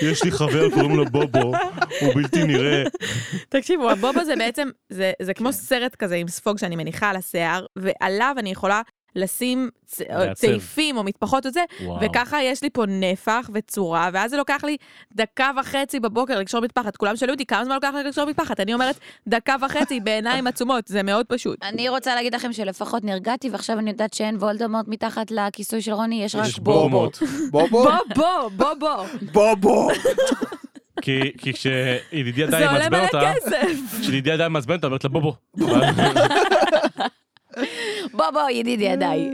יש לי חבר, קוראים לו בובו, הוא בלתי נראה.
תקשיבו, הבובו זה בעצם, זה, זה
כן.
כמו סרט כזה עם ספוג שאני מניחה על השיער, ועליו אני יכולה לשים צ... אה,
לעצב.
צעיפים או מטפחות או זה,
וואו.
וככה יש לי פה נפח וצורה, ואז זה לוקח לי דקה וחצי בבוקר לקשור מטפחת. כולם שאלו אותי כמה זמן לוקח לך לקשור מטפחת, אני אומרת דקה וחצי בעיניים עצומות, זה מאוד פשוט.
אני רוצה להגיד לכם שלפחות נרגעתי, ועכשיו אני יודעת שאין וולדמורט מתחת לכיסוי של רוני, יש רק
יש
בובו.
בורמות.
בובו?
בובו, בובו,
בובו!
כי כי כשידידיה
זה
דני
עולה
מעצבן
מלא
אותה,
כסף.
כשידידיה דני מעצבן אותה, אומרת לה בובו.
בובו, ידידי ידיי.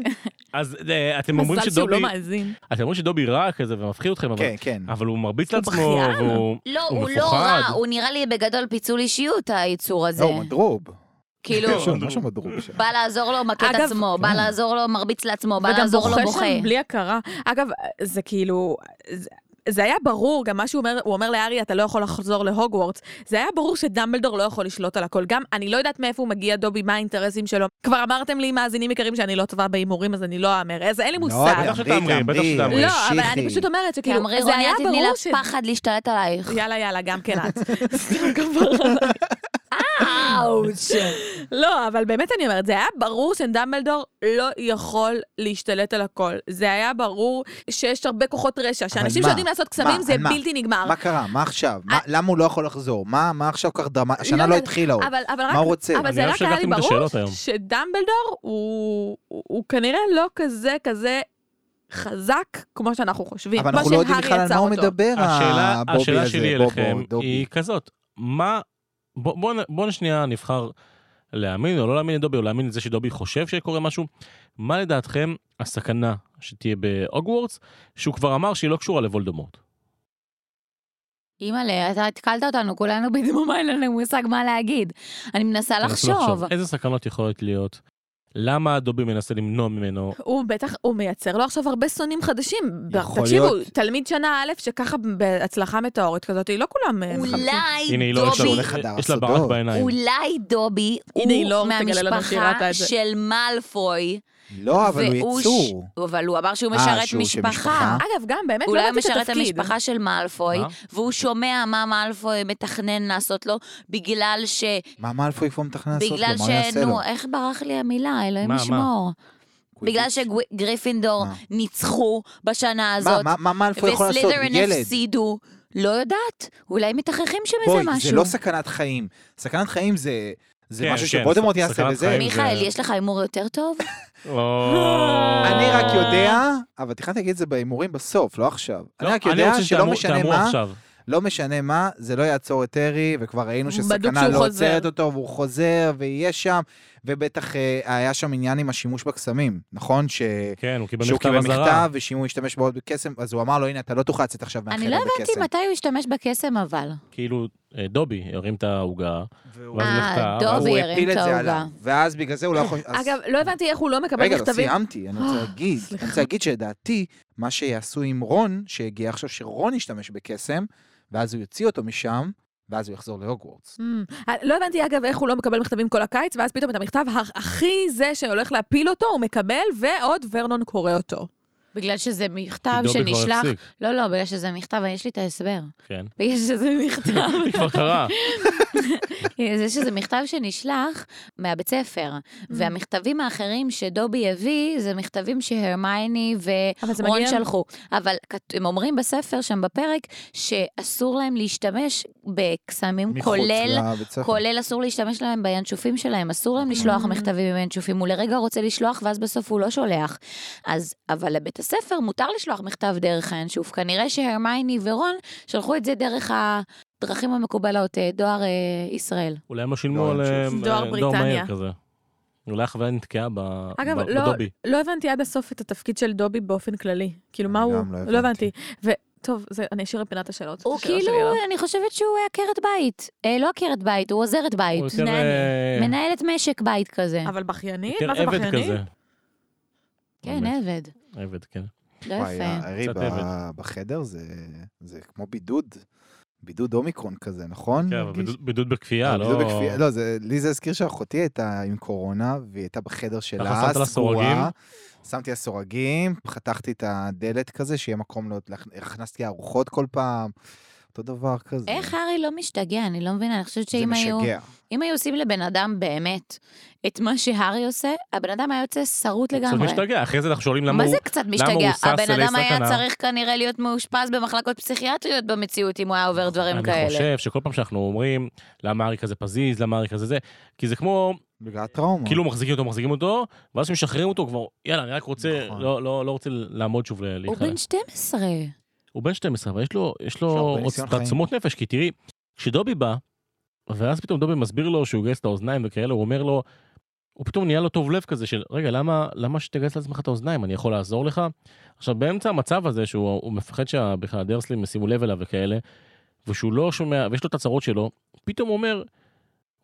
אז אה, אתם אומרים
מזל שהוא
שדובי,
לא מאזין.
אתם אומרים שדובי רע כזה ומפחיד אתכם, אבל-
כן, כן.
אבל הוא מרביץ
הוא
לעצמו,
בכיין.
והוא
לא,
הוא
הוא לא
מפוחד.
רע, הוא נראה לי בגדול פיצול אישיות, היצור הזה.
לא, הוא מדרוב.
כאילו,
יש שם משהו מדרוב שם.
בא לעזור לו, מכה את
אגב, אה.
עצמו, בא לעזור לו, מרביץ לעצמו, בא
וגם
לעזור לו,
בוכה
בוכה.
שם בלי הכרה. אגב, זה כאילו... זה- זה היה ברור, גם מה שהוא אומר, הוא אומר להארי, אתה לא יכול לחזור להוגוורטס, זה היה ברור שדמבלדור לא יכול לשלוט על הכל. גם, אני לא יודעת מאיפה הוא מגיע, דובי, מה האינטרסים שלו. כבר אמרתם לי, מאזינים יקרים, שאני לא טובה בהימורים, אז אני לא אאמר. אז אין לי מושג.
בטח שתאמרי, בטח שתאמרי.
לא, אבל אני פשוט אומרת שכאילו,
תאמרי
כאילו, זה
רוני,
היה
אל תתני
ברור ש...
לה פחד להשתלט עלייך.
יאללה, יאללה, גם כן את.
אאוץ'.
לא, אבל באמת אני אומרת, זה היה ברור שדמבלדור לא יכול להשתלט על הכל. זה היה ברור שיש הרבה כוחות רשע, שאנשים
מה?
שיודעים לעשות קסמים
מה?
זה
על מה?
בלתי נגמר.
מה קרה? מה עכשיו? מה- למה הוא לא יכול לחזור? מה מה עכשיו כך דרמטי? השנה
אה- לא
לא
יודעת,
התחילה עוד.
אבל, אבל רק,
מה הוא רוצה?
אבל
אני
זה
אוהב
רק היה לי
שלקחתם את
ברור
השאלות היום.
שדמבלדור הוא, הוא, הוא כנראה לא כזה כזה חזק כמו שאנחנו חושבים.
אבל
כמו
אנחנו לא יודעים
שהארי
בכלל על
יצר
מה הוא
אותו.
מדבר,
השאלה,
הבובי
השאלה
הזה,
שלי
בובו,
אליכם
דובי.
היא כזאת, מה... בואו בוא, נ- בוא שנייה נבחר להאמין או לא להאמין לדובי, או להאמין לזה שדובי חושב שקורה משהו. מה לדעתכם הסכנה שתהיה בהוגוורטס, שהוא כבר אמר שהיא לא קשורה לוולדמורט?
אימא'לה, אתה התקלת אותנו, כולנו בדמומה, אין לנו מושג מה להגיד. אני מנסה
תנסו
לחשוב.
איזה סכנות יכולות להיות? למה דובי מנסה למנוע ממנו?
אה,
הוא בטח, הוא מייצר לו עכשיו הרבה שונאים חדשים.
יכול
תקשיבו,
להיות.
תלמיד שנה א' שככה בהצלחה מטאורית כזאת, לא כולם... אה, מחבקים.
הנה
אולי
היא לא, יש לה-
דובי,
הולך לחדר
יש לה ברק
הסודות.
בעיניים.
אולי דובי
הנה, היא
הוא
לא תגלה לנו שהיא ראתה
מהמשפחה
את זה.
של מאלפוי.
לא, אבל הוא
והוא ש-
יצור.
אבל הוא אמר שהוא
אה,
משרת
שהוא-
משפחה.
שמשפחה.
אגב, גם באמת לא
אולי הוא
יודעת את
משרת את
התפקיד.
המשפחה של מאלפוי,
מה?
והוא שומע מה מאלפוי מתכנן לעשות לו, בגלל ש...
מה מאלפוי כבר מתכנן לעשות לו?
בגלל
מה הוא יעשה
ש...
לו?
נו, איך ברח לי המילה, אלוהים
מה, מה?
ישמור. בגלל שגריפינדור
מה?
ניצחו בשנה
מה,
הזאת,
מה- מה מאלפוי יכול לעשות?
וסלית'רין
ילד.
הפסידו. לא יודעת, אולי מתככים שם איזה
בואי,
משהו.
זה לא סכנת חיים. סכנת חיים זה... זה
כן,
משהו
כן,
שבודמורט
סכ-
יעשה
סכנת
וזה.
חיים.
מיכאל,
זה-
יש לך הימור יותר טוב? אה.
אני רק
או.
יודע, אבל תכננתי להגיד את זה בהימורים בסוף, לא עכשיו.
לא,
אני רק יודע
רוצה
שלא
שתאמרו-
משנה
תאמרו
מה,
עכשיו.
לא משנה מה, זה לא יעצור את טרי, וכבר ראינו
בדוק
שסכנה
שהוא
לא
חוזר.
עוצרת אותו, והוא חוזר, ויהיה שם, ובטח אה, היה שם עניין עם השימוש בקסמים, נכון? ש...
כן, הוא קיבל
שהוא
מכתב
קיבל
אזהרה.
מכתב, ושאם הוא השתמש בעוד בקסם, אז הוא אמר לו, הנה, אתה לא תוכל לצאת עכשיו מהחדר
אני
בקסם.
לא הבנתי מתי הוא השתמש בקסם אבל.
כאילו, אה, דובי הרים את העוגה,
והוא-
ואז
אה,
נחתה,
דובי.
ואז-
הוא
הרים
הפיל
את
את זה
העוגה.
עליו, ואז בגלל זה הוא לא יכול... אז-
אגב, לא הבנתי איך הוא לא מקבל
רגע, לא
מכתבים.
סיימתי, אני
אה,
רוצה להגיד, אני
סליחה.
רוצה להגיד שלדעתי, מה שיעשו עם רון, שהגיע עכשיו שרון ישתמש בקסם, ואז הוא יוציא אותו משם, ואז הוא יחזור להוגוורטס.
Mm. לא הבנתי, אגב, איך הוא לא מקבל מכתבים כל הקיץ, ואז פתאום את המכתב הר- הכי זה שהולך להפיל אותו, הוא מקבל, ועוד ורנון קורא אותו.
בגלל שזה מכתב
כי דובי כבר
שנשלח...
הפסיק.
לא, לא, בגלל שזה מכתב, יש לי את ההסבר.
כן.
בגלל שזה מכתב.
זה כבר קרה.
זה שזה מכתב שנשלח מהבית ספר, והמכתבים האחרים שדובי הביא, זה מכתבים שהרמייני
אבל זה
ורון
מגיע-
שלחו. אבל כת- הם אומרים בספר, שם בפרק, שאסור להם להשתמש בקסמים,
מחוץ
כולל...
לבית ספר.
כולל אסור להשתמש להם בינשופים שלהם, אסור להם לשלוח
Mm.
מכתבים עם ינשופים, הוא לרגע רוצה לשלוח ואז בסוף הוא לא שולח. אז, אבל לבית הספר מותר לשלוח מכתב דרך הינשוף, כנראה שהרמייני ורון שלחו את זה דרך הדרכים המקובלות, אה, דואר אה, ישראל.
אולי הם לא שילמו
לא,
על
אני
אה,
חושב.
אה,
דואר
דואר מהיר
בריטניה.
כזה. אולי החוויה נתקעה ב-
אגב,
ב-
לא-
בדובי.
לא הבנתי עד הסוף את התפקיד של דובי באופן כללי. כאילו,
אני
מה הוא?
גם לא
לא
הבנתי.
הבנתי. וטוב, זה- אני אשאיר בפינת השאלות.
הוא
השאלה
כאילו,
שלי עליו.
אני חושבת שהוא עקרת בית. אה, לא עקרת בית, הוא עוזרת בית.
הוא יותר,
נני.
אה,
מנהלת משק בית כזה.
אבל בכייני?
יותר
מה זה
עבד
בכייני?
כזה.
כן,
באמת,
עבד.
עבד, כן.
לא
וואי, אה,
יפה.
הארי
קצת
ב-
עבד.
בחדר זה זה כמו בידוד, בידוד אומיקרון כזה, נכון?
כן, אבל
מרגיש?
בידוד- בידוד בכפייה, לא...
בידוד בכפייה- לא, זה- לי זה הזכיר שאחותי הייתה עם קורונה, והיא הייתה בחדר שלה,
שמת לה סורגים?
סגורה. שמתי לה סורגים, חתכתי את הדלת כזה, שיהיה מקום לעוד, להכ- הכנסתי ארוחות כל פעם, אותו דבר כזה.
איך הארי לא משתגע? אני לא מבינה, אני חושבת
זה
שאם היו...
משגע.
אם היו עושים לבן אדם באמת את מה שהארי עושה, הבן אדם היה יוצא שרוט
קצת
לגמרי.
משתגע, אחרי זה אנחנו שואלים למה
מה
הוא...
זה קצת
הוא
משתגע?
שש
הבן
אלי
אדם היה
סכנה?
צריך כנראה להיות מאושפז במחלקות פסיכיאטריות במציאות, אם הוא היה עובר דברים
אני
כאלה.
חושב שכל פעם שאנחנו אומרים, למה ארי כזה פזיז, למה ארי כזה זה, כי זה כמו,
בגלל הטראומה.
כאילו מחזיקים אותו, מחזיקים אותו, ואז כשמשחררים אותו, הוא כבר, יאללה, אני רק רוצה,
נכון.
לא- לא לא רוצה לעמוד שוב ל-
הוא
להתחרט.
בן 12.
הוא בן 12, אבל יש לו, יש
לו
לו
הרבה
עוד
ניסיון חיים.
תעצומות נפש, כי תראי, כשדובי בא, ואז פתאום דובי מסביר לו שהוא גייס את האוזניים וכאלה, הוא אומר לו, הוא פתאום נהיה לו טוב לב כזה של, רגע, למה, למה שתגייס לעצמך את האוזניים, אני יכול לעזור לך? עכשיו, באמצע המצב הזה, שהוא הוא מפחד שבכלל הדרסלים ישימו לב אליו וכאלה, ושהוא לא שומע, ויש לו את הצרות שלו, פתאום הוא אומר,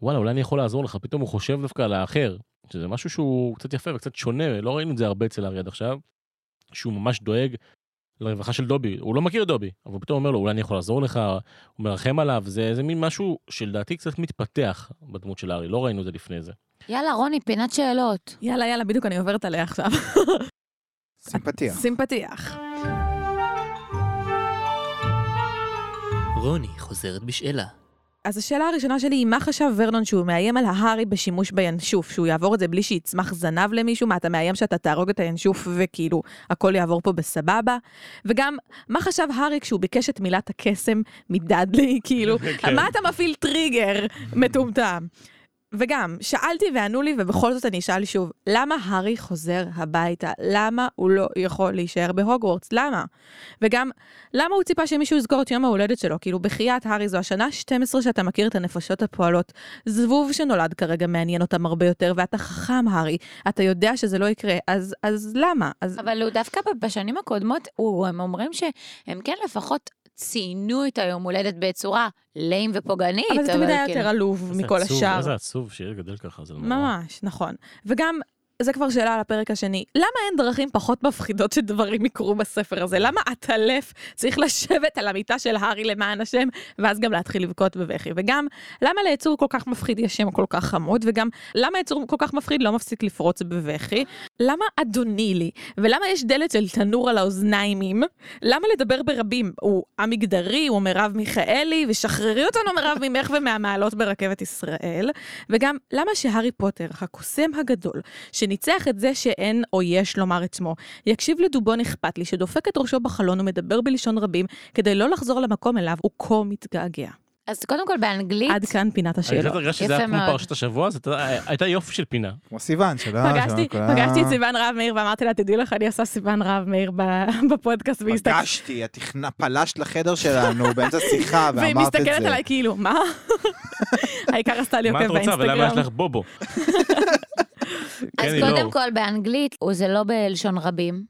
וואלה, אולי אני יכול לעזור לך, פתאום הוא חושב דווקא על האחר, שזה משהו שהוא קצת יפה וקצת שונה, לא ראינו את זה הרבה אצל ארי עד עכשיו, שהוא ממש דואג לרווחה של דובי, הוא לא מכיר את דובי, אבל פתאום אומר לו, אולי אני יכול לעזור לך, הוא מרחם עליו, זה, זה מין משהו שלדעתי קצת מתפתח בדמות של הארי, לא ראינו את זה לפני זה.
יאללה, רוני, פינת שאלות.
יאללה, יאללה, בדיוק אני עוברת עליה עכשיו.
סימפתיה.
שים פתיח.
רוני חוזרת בשאלה.
אז השאלה הראשונה שלי היא, מה חשב ורנון שהוא מאיים על ההארי בשימוש בינשוף? שהוא יעבור את זה בלי שיצמח זנב למישהו? מה, אתה מאיים שאתה תהרוג את הינשוף וכאילו הכל יעבור פה בסבבה? וגם, מה חשב הארי כשהוא ביקש את מילת הקסם מדדלי? כאילו,
כן.
מה אתה מפעיל טריגר מטומטם? וגם, שאלתי וענו לי, ובכל זאת אני אשאל שוב, למה הארי חוזר הביתה? למה הוא לא יכול להישאר בהוגוורטס? למה? וגם, למה הוא ציפה שמישהו יזכור את יום ההולדת שלו? כאילו, בחייאת, הארי, זו השנה 12 שאתה מכיר את הנפשות הפועלות. זבוב שנולד כרגע מעניין אותם הרבה יותר, ואתה חכם, הארי. אתה יודע שזה לא יקרה, אז, אז למה? אז...
אבל הוא דווקא ב- בשנים הקודמות, הוא- הם אומרים שהם כן לפחות ציינו את היום הולדת בצורה ליים ופוגענית.
אבל זה תמיד היה
כאילו-
יותר עלוב
איזה
מכל
עצוב,
השאר.
איזה עצוב שילד גדל ככה, זה לא נורא.
ממש, נכון. וגם, זה כבר שאלה על הפרק השני. למה אין דרכים פחות מפחידות שדברים יקרו בספר הזה? למה עטלף צריך לשבת על המיטה של הארי למען השם, ואז גם להתחיל לבכות בבכי? וגם, למה ליצור כל כך מפחיד יש שם כל כך חמוד? וגם, למה יצור כל כך מפחיד לא מפסיק לפרוץ בבכי? למה אדוני לי? ולמה יש דלת של תנור על האוזניימים? למה לדבר ברבים? הוא המגדרי, הוא מרב מיכאלי, ושחררי אותנו מרב ממך ומהמעלות ברכבת ישראל. וגם, למה שהארי פוטר, הקוסם הגדול, שניצח את זה שאין או יש לומר את שמו, יקשיב לדובון אכפת לי, שדופק את ראשו בחלון ומדבר בלשון רבים, כדי לא לחזור למקום אליו הוא כה מתגעגע.
אז קודם כל באנגלית,
עד כאן פינת
אני
השאלות.
קצת הרגשתי שזה
יפה
היה כמו
מאוד.
פרשת השבוע, זאת הייתה יופי של פינה.
כמו סיוון, שלא...
אה,
פגשתי,
שלא כל ה-
פגשתי את סיוון רהב מאיר ואמרתי לה, תדעי לך, אני עושה סיוון רהב מאיר ב- בפודקאסט והסתכלתי.
פגשתי, את תכנ- פלשת לחדר שלנו באמצע שיחה
והיא
ואמרת את
מסתכלת
זה.
עליי כאילו, מה? העיקר עשתה לי
מה
עוקב
את רוצה ולמה יש
באינסטגרם.
לך בובו? כן,
אז
היא
קודם
לא.
כל באנגלית, הוא- זה לא בלשון רבים.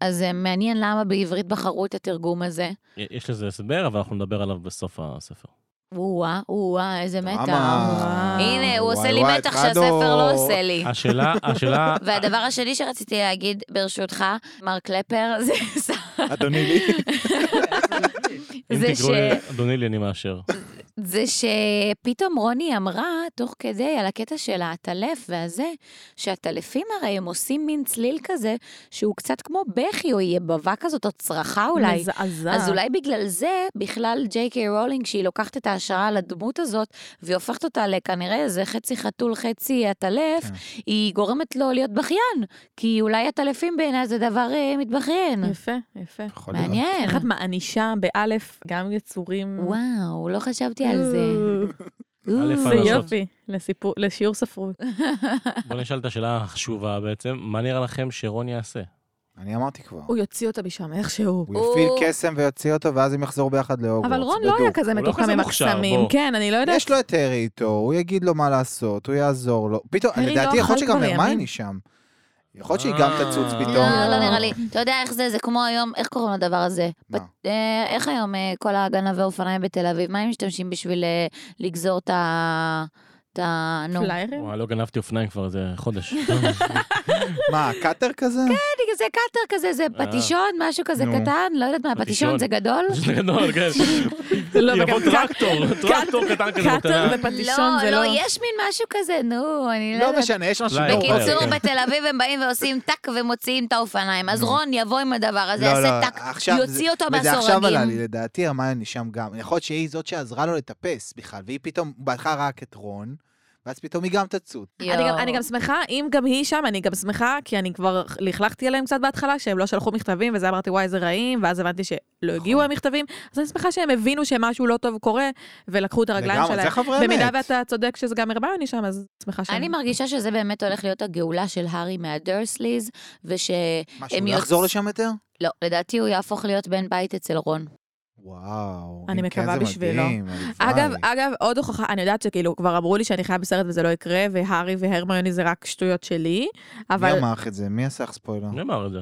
אז אה, מעניין למה בעברית בחרו את התרגום הזה.
יש לזה הסבר, אבל אנחנו נדבר עליו בסוף הספר.
או-אה, או-אה, איזה מתח.
דרמה.
הנה, הוא
וואי,
עושה לי
וואי,
מתח
אתחדו.
שהספר לא עושה לי.
השאלה, השאלה,
והדבר השני שרציתי להגיד, ברשותך, מר קלפר, זה-
אדוני לי.
אם
זה
תקראו
ש-
לי, אדוני לי, אני מאשר.
זה שפתאום רוני אמרה, תוך כדי, על הקטע של העטלף והזה, שהטלפים הרי הם עושים מין צליל כזה, שהוא קצת כמו בכי או יבבה כזאת, או צרחה אולי.
מזעזע.
אז אולי בגלל זה, בכלל ג'יי קיי רולינג, שהיא לוקחת את ההשראה על הדמות הזאת, והיא הופכת אותה לכנראה איזה חצי חתול, חצי עטלף,
כן.
היא גורמת לו להיות בכיין. כי אולי עטלפים בעיניי זה דבר אה, מתבכיין.
יפה, יפה.
יכול להיות.
מעניין.
איך את מענישה באלף גם יצורים... אה,
וואו, לא חשבתי על זה.
אה,
לא,
אלף,
זה
מה לעשות?
יופי, לסיפור- לשיעור ספרות.
בוא נשאל את השאלה החשובה בעצם, מה נראה לכם שרון יעשה?
אני אמרתי כבר.
הוא יוציא אותה משם איכשהו.
הוא יפעיל
הוא-
קסם ויוציא אותו, ואז הם יחזרו ביחד להוגוורטס.
אבל רון לא היה
בדוק.
כזה
הוא לא
מתוחכם
כזה
עם
מוכשר,
הקסמים.
בוא.
כן, אני לא יודעת.
יש לו את הארי איתו, הוא יגיד לו מה לעשות, הוא יעזור לו. פתאום,
הארי לא
לדעתי יכול
אכל
להיות שגם
כבר ימים.
הרמייני שם. יכול להיות שהיא גם
אה.
תצוץ
לא, לא.
פתאום.
לא, לא נראה לי. אתה יודע איך זה, זה כמו היום, איך קוראים לדבר הזה?
מה?
פ- אה, איך היום אה, כל הגנבי אופניים בתל אביב, מה הם משתמשים בשביל אה, לגזור את ה... את ה... נו.
פליירים?
וואי, לא גנבתי אופניים כבר איזה חודש.
מה, קאטר כזה?
כן,
זה קאטר כזה, זה
אה.
פטישון, משהו כזה
נו.
קטן, לא יודעת
פטישון.
מה, פטישון זה גדול?
זה גדול, כן.
לא,
יבוא
וגם קאט-
טרקטור, טרקטור קטן כזה
קאטר
בקטנה.
ופטישון זה לא...
יש מין משהו כזה, נו, אני לא
לא
יודעת.
משנה, יש משהו
לא,
נורא.
אוקיי,
בקיצור,
אוקיי.
בתל אביב הם באים ועושים טאק ומוציאים את האופניים. אז
נו.
רון יבוא עם הדבר הזה,
לא,
יעשה
לא,
טאק,
עכשיו
יוציא אותו
וזה עכשיו עלה לי,
מהסורגים.
לדעתי הרמיוני שם גם. יכול להיות שהיא זאת שעזרה לו לטפס בכלל, והיא פתאום, בהתחלה רק את רון, ואז פתאום היא גם תצוץ.
אני
לא.
גם, אני גם שמחה, אם גם היא שם, אני גם שמחה, כי אני כבר לכלכתי עליהם קצת בהתחלה, שהם לא שלחו מכתבים, וזה אמרתי, וואי, איזה רעים, ואז הבנתי שלא
נכון.
הגיעו המכתבים, אז אני שמחה שהם הבינו שמשהו לא טוב קורה, ולקחו את הרגליים
לגמרי,
שלהם.
זה חברי אמת.
במידה ואתה צודק שזה גם הרמיוני שם, אז שמחה שהם...
אני מרגישה שזה באמת הולך להיות הגאולה של הארי מהדרסליז, וש...
מה, שהוא
הם
לא
יוצ-
יחזור לשם יותר?
לא, לדעתי הוא יהפוך להיות בן בית אצל רון.
וואו,
אני
אם כן,
מקווה
זה
בשבילו.
מדהים, הלוואי.
אגב, אגב, עוד הוכחה, אני יודעת שכאילו, כבר אמרו לי שאני חיה בסרט וזה לא יקרה, והארי והרמיוני זה רק שטויות שלי,
מי
אבל...
אמר לך את זה? מי עשה לך ספוילר?
מי אמר את זה?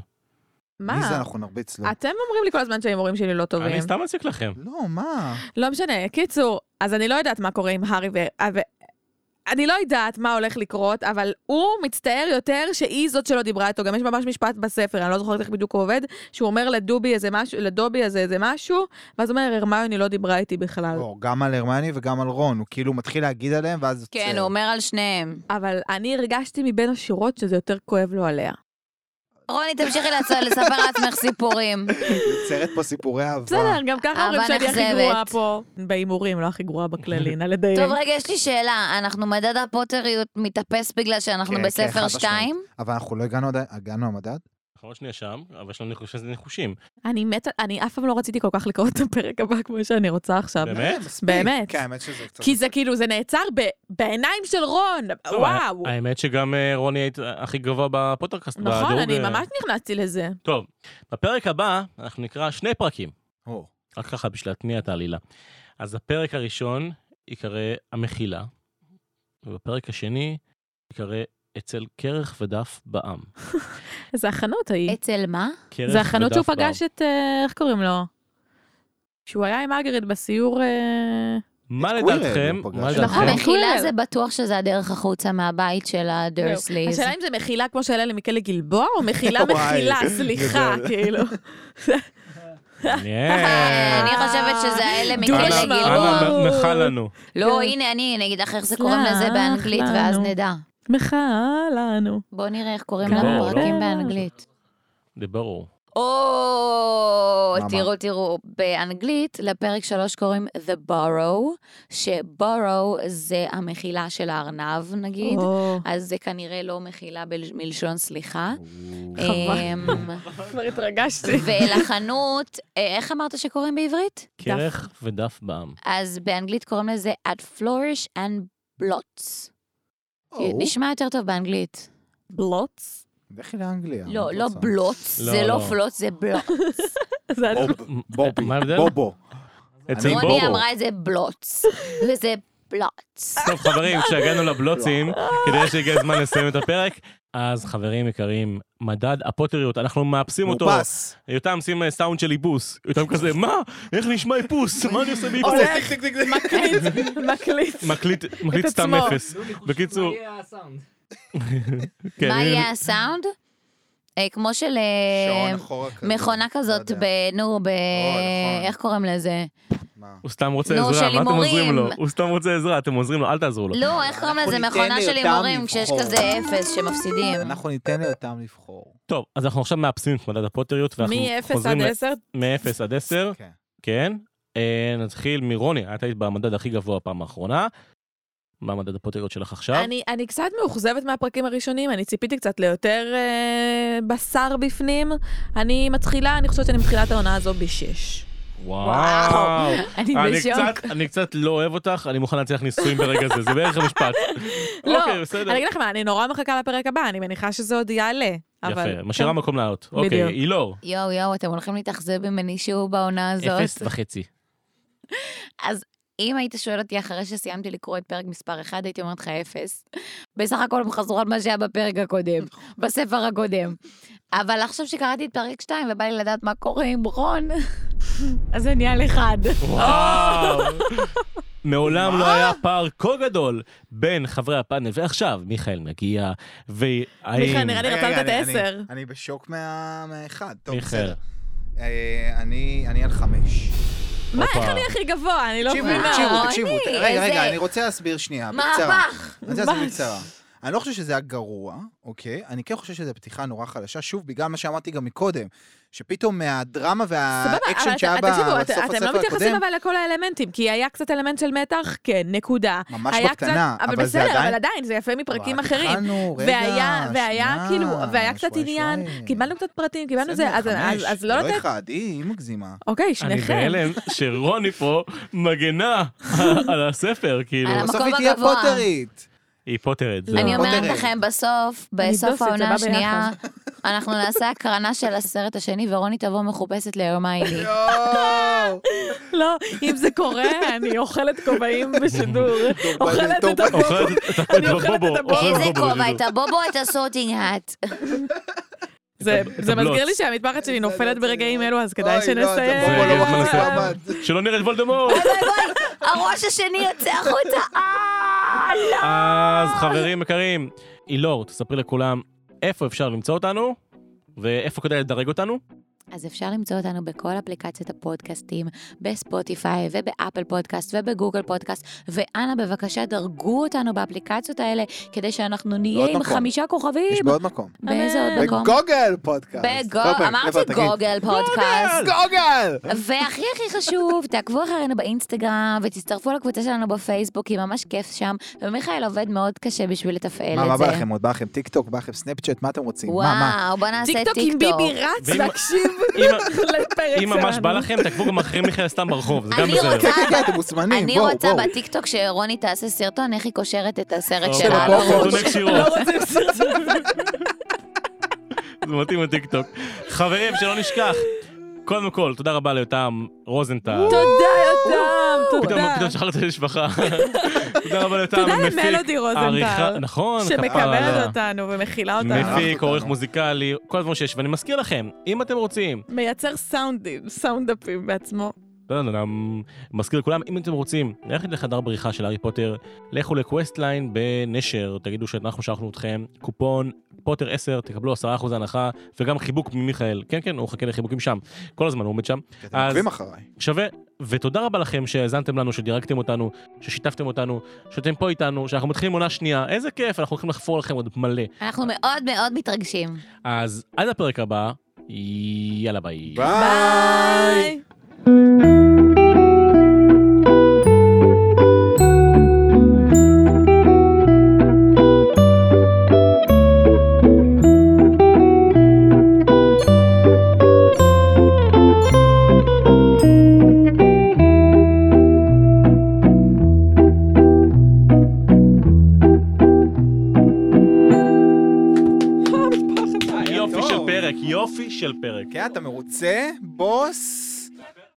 מי זה
מה?
אנחנו נרביץ לו?
אתם אומרים לי כל הזמן שההימורים שלי לא טובים.
אני סתם מציק לכם.
לא, מה?
לא משנה, קיצור, אז אני לא יודעת מה קורה עם הארי ו... אה, ו... אני לא יודעת מה הולך לקרות, אבל הוא מצטער יותר שהיא זאת שלא דיברה איתו. גם יש ממש משפט בספר, אני לא זוכרת איך בדיוק הוא עובד, שהוא אומר לדובי איזה משהו, לדובי איזה, איזה משהו, ואז הוא אומר, הרמיוני לא דיברה איתי בכלל.
או, גם על הרמני וגם על רון, הוא כאילו מתחיל להגיד עליהם, ואז עוצר.
כן, הוא אומר על שניהם.
אבל אני הרגשתי מבין השורות שזה יותר כואב לו עליה.
רוני, תמשיכי לעצ- לספר לעצמך סיפורים.
יוצרת פה סיפורי אהבה.
בסדר, גם ככה אומרים
אהבה
שאני הכי
נכזבת.
גרועה פה. בהימורים, לא הכי גרועה בכללי, נא לדייק.
כן.
טוב, רגע, יש לי שאלה. אנחנו מדד הפוטריות מתאפס בגלל שאנחנו
כן, כן, חד
בספר
משמעית.
2?
אבל אנחנו לא הגענו עדיין, הגענו למדד?
אנחנו עוד שנייה שם, אבל יש לנו ניחוש- ניחושים.
אני מתה, אני אף פעם לא רציתי כל כך לקרוא את הפרק הבא כמו שאני רוצה עכשיו.
באמת?
מספיק.
באמת.
כן, האמת שזה קצת...
כי זה כאילו, זה נעצר ב- בעיניים של רון,
לא,
וואו.
הא- האמת שגם אה, רוני היית הכי גבוה בפוטרקאסט.
נכון,
בדירוג,
אני
אה,
ממש נכנסתי לזה.
טוב, בפרק הבא אנחנו נקרא שני פרקים,
או,
רק ככה בשביל להתניע את העלילה. אז הפרק הראשון ייקרא המחילה, ובפרק השני ייקרא אצל קרח ודף בעם.
זה החנות
כן.
ההיא.
אצל מה?
קרח
זה החנות
ודף
שהוא פגש את, אה, איך קוראים לו? שהוא היה עם אגרד בסיור... אה,
בעם. מה
את קווירל
לדעתכם?
הוא פגש.
מה
נכון,
לדעתכם?
המחילה
כן.
זה בטוח שזה הדרך החוצה מהבית של הדרסליז.
לא, השאלה אם זה מחילה כמו שהיה לי מכלא גלבוע, או מחילה
וואי,
מחילה, סליחה,
גדול.
כאילו.
מעניין.
אני חושבת שזה האלה
דודו
מכלא
אנא-
שלו.
גלבוע.
אנא מ- מחה לנו.
לא,
כן.
הנה, אני אני אגיד לך איך זה קוראים
סלח
לזה באנגלית, ואז
לנו.
נדע.
מחאה לנו.
כן.
בואו נראה איך קוראים
גלבוע,
לנו
לא?
פרקים באנגלית.
זה ברור.
או, תראו,
מה, מה?
תראו, תראו, באנגלית לפרק שלוש קוראים The Borrow, שבורrow זה המחילה של הארנב, נגיד.
או,
אז זה כנראה לא מחילה בל- מלשון סליחה.
חבל.
אמ,
כבר התרגשתי.
ולחנות, אה, איך אמרת שקוראים בעברית?
כרך ודף בעם.
אז באנגלית קוראים לזה At Flourish and Blots.
או,
נשמע יותר טוב באנגלית.
בלוץ?
לכי לאנגליה. מה
לא,
את
לא
רוצה?
בלוץ,
לא,
זה
לא.
לא פלוץ, זה בלוץ.
זה
אוקיי.
את-
בוב- בובי,
מה ההבדל?
בובו.
אצל
אני-
בובו.
רוני אמרה את זה בלוץ, וזה בלוץ.
טוב חברים, כשהגענו לבלוצים,
אה,
כדי שהגיע הזמן לסיים את הפרק, אז חברים יקרים, מדד הפוטריות, אנחנו מאפסים אותו.
מאופס.
יותם שים אה, סאונד של איבוס. יותם כזה, מה? איך נשמע איפוס? מה אני עושה באיפוס?
מקליט.
מקליט, מקליט
את
סתם
עצמו.
אפס. בקיצור,
מה יהיה הסאונד?
כן,
מה
הנה,
יהיה הסאונד? אה, כמו של אה,
שעון אחורה כזה. לא
מכונה כזאת,
יודע.
ב- נו, ב...
נכון.
איך קוראים לזה?
מה?
הוא סתם רוצה
נו, של
עזרה, מה אתם עוזרים
הימורים.
לו? הוא סתם רוצה עזרה, אתם עוזרים לו, אל תעזרו לו.
לא, איך קוראים לזה?
ניתן
מכונה של
ליותם
הימורים, כשיש
לבחור.
כזה אפס שמפסידים.
אנחנו ניתן ליותם לבחור.
טוב, אז אנחנו עכשיו מאפסים את מדד הפוטריות, ואנחנו
מ-0
חוזרים
עד
ל-
10?
מ-0 עד 10,
כן.
כן. אה, נתחיל מרוני, את היית במדד הכי גבוה פעם האחרונה. מה מדד הפוטריות שלך עכשיו?
אני, אני קצת מאוכזבת מהפרקים הראשונים, אני ציפיתי קצת ליותר אה, בשר בפנים. אני מתחילה, אני חושבת שאני מתחילה את העונה הזו בשש.
וואו.
אני
אני
בשוק.
קצת, אני קצת לא אוהב אותך, אני מוכן להצליח ניסויים ברגע זה, זה בערך המשפט.
לא,
אוקיי, בסדר.
אני אגיד לך מה, אני נורא מחכה לפרק הבא, אני מניחה שזה עוד יעלה. אבל-
יפה, משאירה מקום לעלות.
בדיוק.
אוקיי, אילור.
יואו, יואו, אתם הולכים להתאכזב ממני שוב בעונה
אפס
הזאת.
וחצי.
אם היית שואל אותי אחרי שסיימתי לקרוא את פרק מספר 1, הייתי אומרת לך אפס. בסך הכל הם חזרו על מה שהיה בפרק הקודם, בספר הקודם. אבל עכשיו שקראתי את פרק 2 ובא לי לדעת מה קורה עם רון, אז אני על אחד.
וואו. מעולם לא היה פער כה גדול בין חברי הפאנל, ועכשיו מיכאל מגיע, והאם...
מיכאל, נראה לי
רגע,
רצה
רגע,
לתת
אני-
עשר.
אני- אני בשוק מה- מהאחד. טוב,
מיכאל.
בסדר. אה, אני אני על חמש.
מה,
הופה.
איך אני הכי גבוה? אני לא
תקשיבו,
מבינה.
תקשיבו,
אני-
תקשיבו. רגע, רגע,
איזה-
אני רוצה להסביר שנייה, בקצרה.
מהפך!
אני רוצה להסביר בקצרה. אני לא חושב שזה היה גרוע, אוקיי? אני כן חושב שזו פתיחה נורא חלשה, שוב, בגלל מה שאמרתי גם מקודם, שפתאום מהדרמה
סבבה, אבל
והאקשן שהיה
אתה-
ב-
תקשיבו,
בסוף
את- אתם
הספר
לא מתייחסים
הקודם,
אבל לכל האלמנטים, כי היה קצת אלמנט של מתח, כן, נקודה.
ממש
היה
בקטנה,
קצת-
אבל זה
בסדר,
עדיין-
אבל עדיין, זה יפה מפרקים
רק
אחרים.
התחלנו, רגע,
והיה, והיה
שנייה,
כאילו, והיה קצת
שוואי,
עניין,
שוואי.
קיבלנו קצת פרטים, קיבלנו זה,
בסדר,
אז-
חמש,
אז אז לא
לא
לתת...
אחד, היא מגזימה.
אוקיי,
אני
שניכם.
בהלם שרוני פה מגנה על הספר, כאילו.
על המ-
בסוף
המקום
היא תהיה
הגבוה.
פוטרית.
היא פוטרת, זהו.
אני אומרת
פוטרית.
לכם, בסוף, בסוף
דוסית, זה בא
העונה
ביחד.
השנייה, אנחנו נעשה הקרנה של הסרט השני, ורוני תבוא מחופשת ליומיים.
יואו!
לא, אם זה קורה, אני אוכלת כובעים בשידור. אוכלת את
טוב,
הבוקר.
אוכלת את הבובו. אוכלת
איזה
בובו,
כובע,
בדיוק.
את הבובו, את הסוטינג-האט.
זה
את
זה מזכיר
הבלוץ.
לי שהמטפחת שלי נופלת ברגעים אלו, אז כדאי
אוי, לא, זה
שנסיים. אה,
בוא, בוא, בוא, בוא,
בובו לא עבד.
שלא נראה את וולדמורט.
אה, הראש השני יוצא החוצה, אה, לא.
אז חברים יקרים, אילור, תספרי לכולם איפה אפשר למצוא אותנו, ואיפה כדאי לדרג אותנו.
אז אפשר למצוא אותנו בכל אפליקציות הפודקאסטים, בספוטיפיי ובאפל פודקאסט ובגוגל פודקאסט, ואנא בבקשה דרגו אותנו באפליקציות האלה, כדי שאנחנו נהיה
בעוד
עם
מקום.
חמישה
לא יש
כוכבים.
בעוד מקום.
באיזה עוד מקום?
בגוגל פודקאסט.
בגוגל, אמרתי גוגל פודקאסט.
גוגל!
והכי הכי חשוב, תעקבו אחרינו באינסטגרם ותצטרפו לקבוצה שלנו בפייסבוק, כי ממש כיף שם, ומיכאל עובד מאוד קשה בשביל לתפעל את זה.
מה, מה בא לכם עוד? בא לכם טיק טוק? בא לכם סנאפצ'אט? מה אתם רוצים? מה, מה?
וואו, בוא נעשה
טיקטוק עם
טיקטוק.
ביבי רץ,
ואם-
תקשיב
אם-
לפרק
אם
שלנו.
ממש בא לכם, תעקבו גם אחרי מיכאל סתם ברחוב, זה גם
אני
בסדר.
כן, כן, כן, אתם מוזמנים,
אני
בואו,
רוצה
בואו.
בטיקטוק שרוני תעשה סרטון איך היא קושרת את הסרט
טוב,
שלה על
בוא, בוא,
אנחנו
לא
הראש.
נותנים קשירות. זה מתאים לטיקטוק. חברים, שלא נשכח, קודם כל, תודה רבה ליותם רוזנטל.
תודה, יותם,
פתאום
תודה.
פתאום שכחת את המשפחה. תודה רבה ליותם,
תודה
המפיק,
למלודי רוזנטל,
העריכה- נכון, כפרה עליה.
שמקבלת אותנו ומכילה אותנו.
מפיק,
אותנו.
עורך מוזיקלי, כל הדברים שיש. ואני מזכיר לכם, אם אתם רוצים
מייצר סאונדים, סאונדאפים בעצמו.
לא יודע, אני מזכיר לכולם, אם אתם רוצים ללכת לחדר בריחה של הארי פוטר, לכו לקווסטליין בנשר, תגידו שאנחנו שלחנו אתכם, קופון פוטר 10, תקבלו 10% הנחה, וגם חיבוק ממיכאל. כן, כן, הוא מחכה לחיבוקים שם. כל הזמן הוא עומד שם.
כי אתם
אז-
עוקבים אחריי.
שווה, ותודה רבה לכם שהאזנתם לנו, שדירקתם אותנו, ששיתפתם אותנו, שאתם פה איתנו, שאנחנו מתחילים עונה שנייה, איזה כיף, אנחנו הולכים לחפור לכם עוד מלא.
אנחנו מאוד מאוד מתרגשים.
אז עד הפרק הבא, יאללה ביי.
ביי!
יופי
טוב.
של פרק, יופי של פרק.
כן, אתה מרוצה? בוס?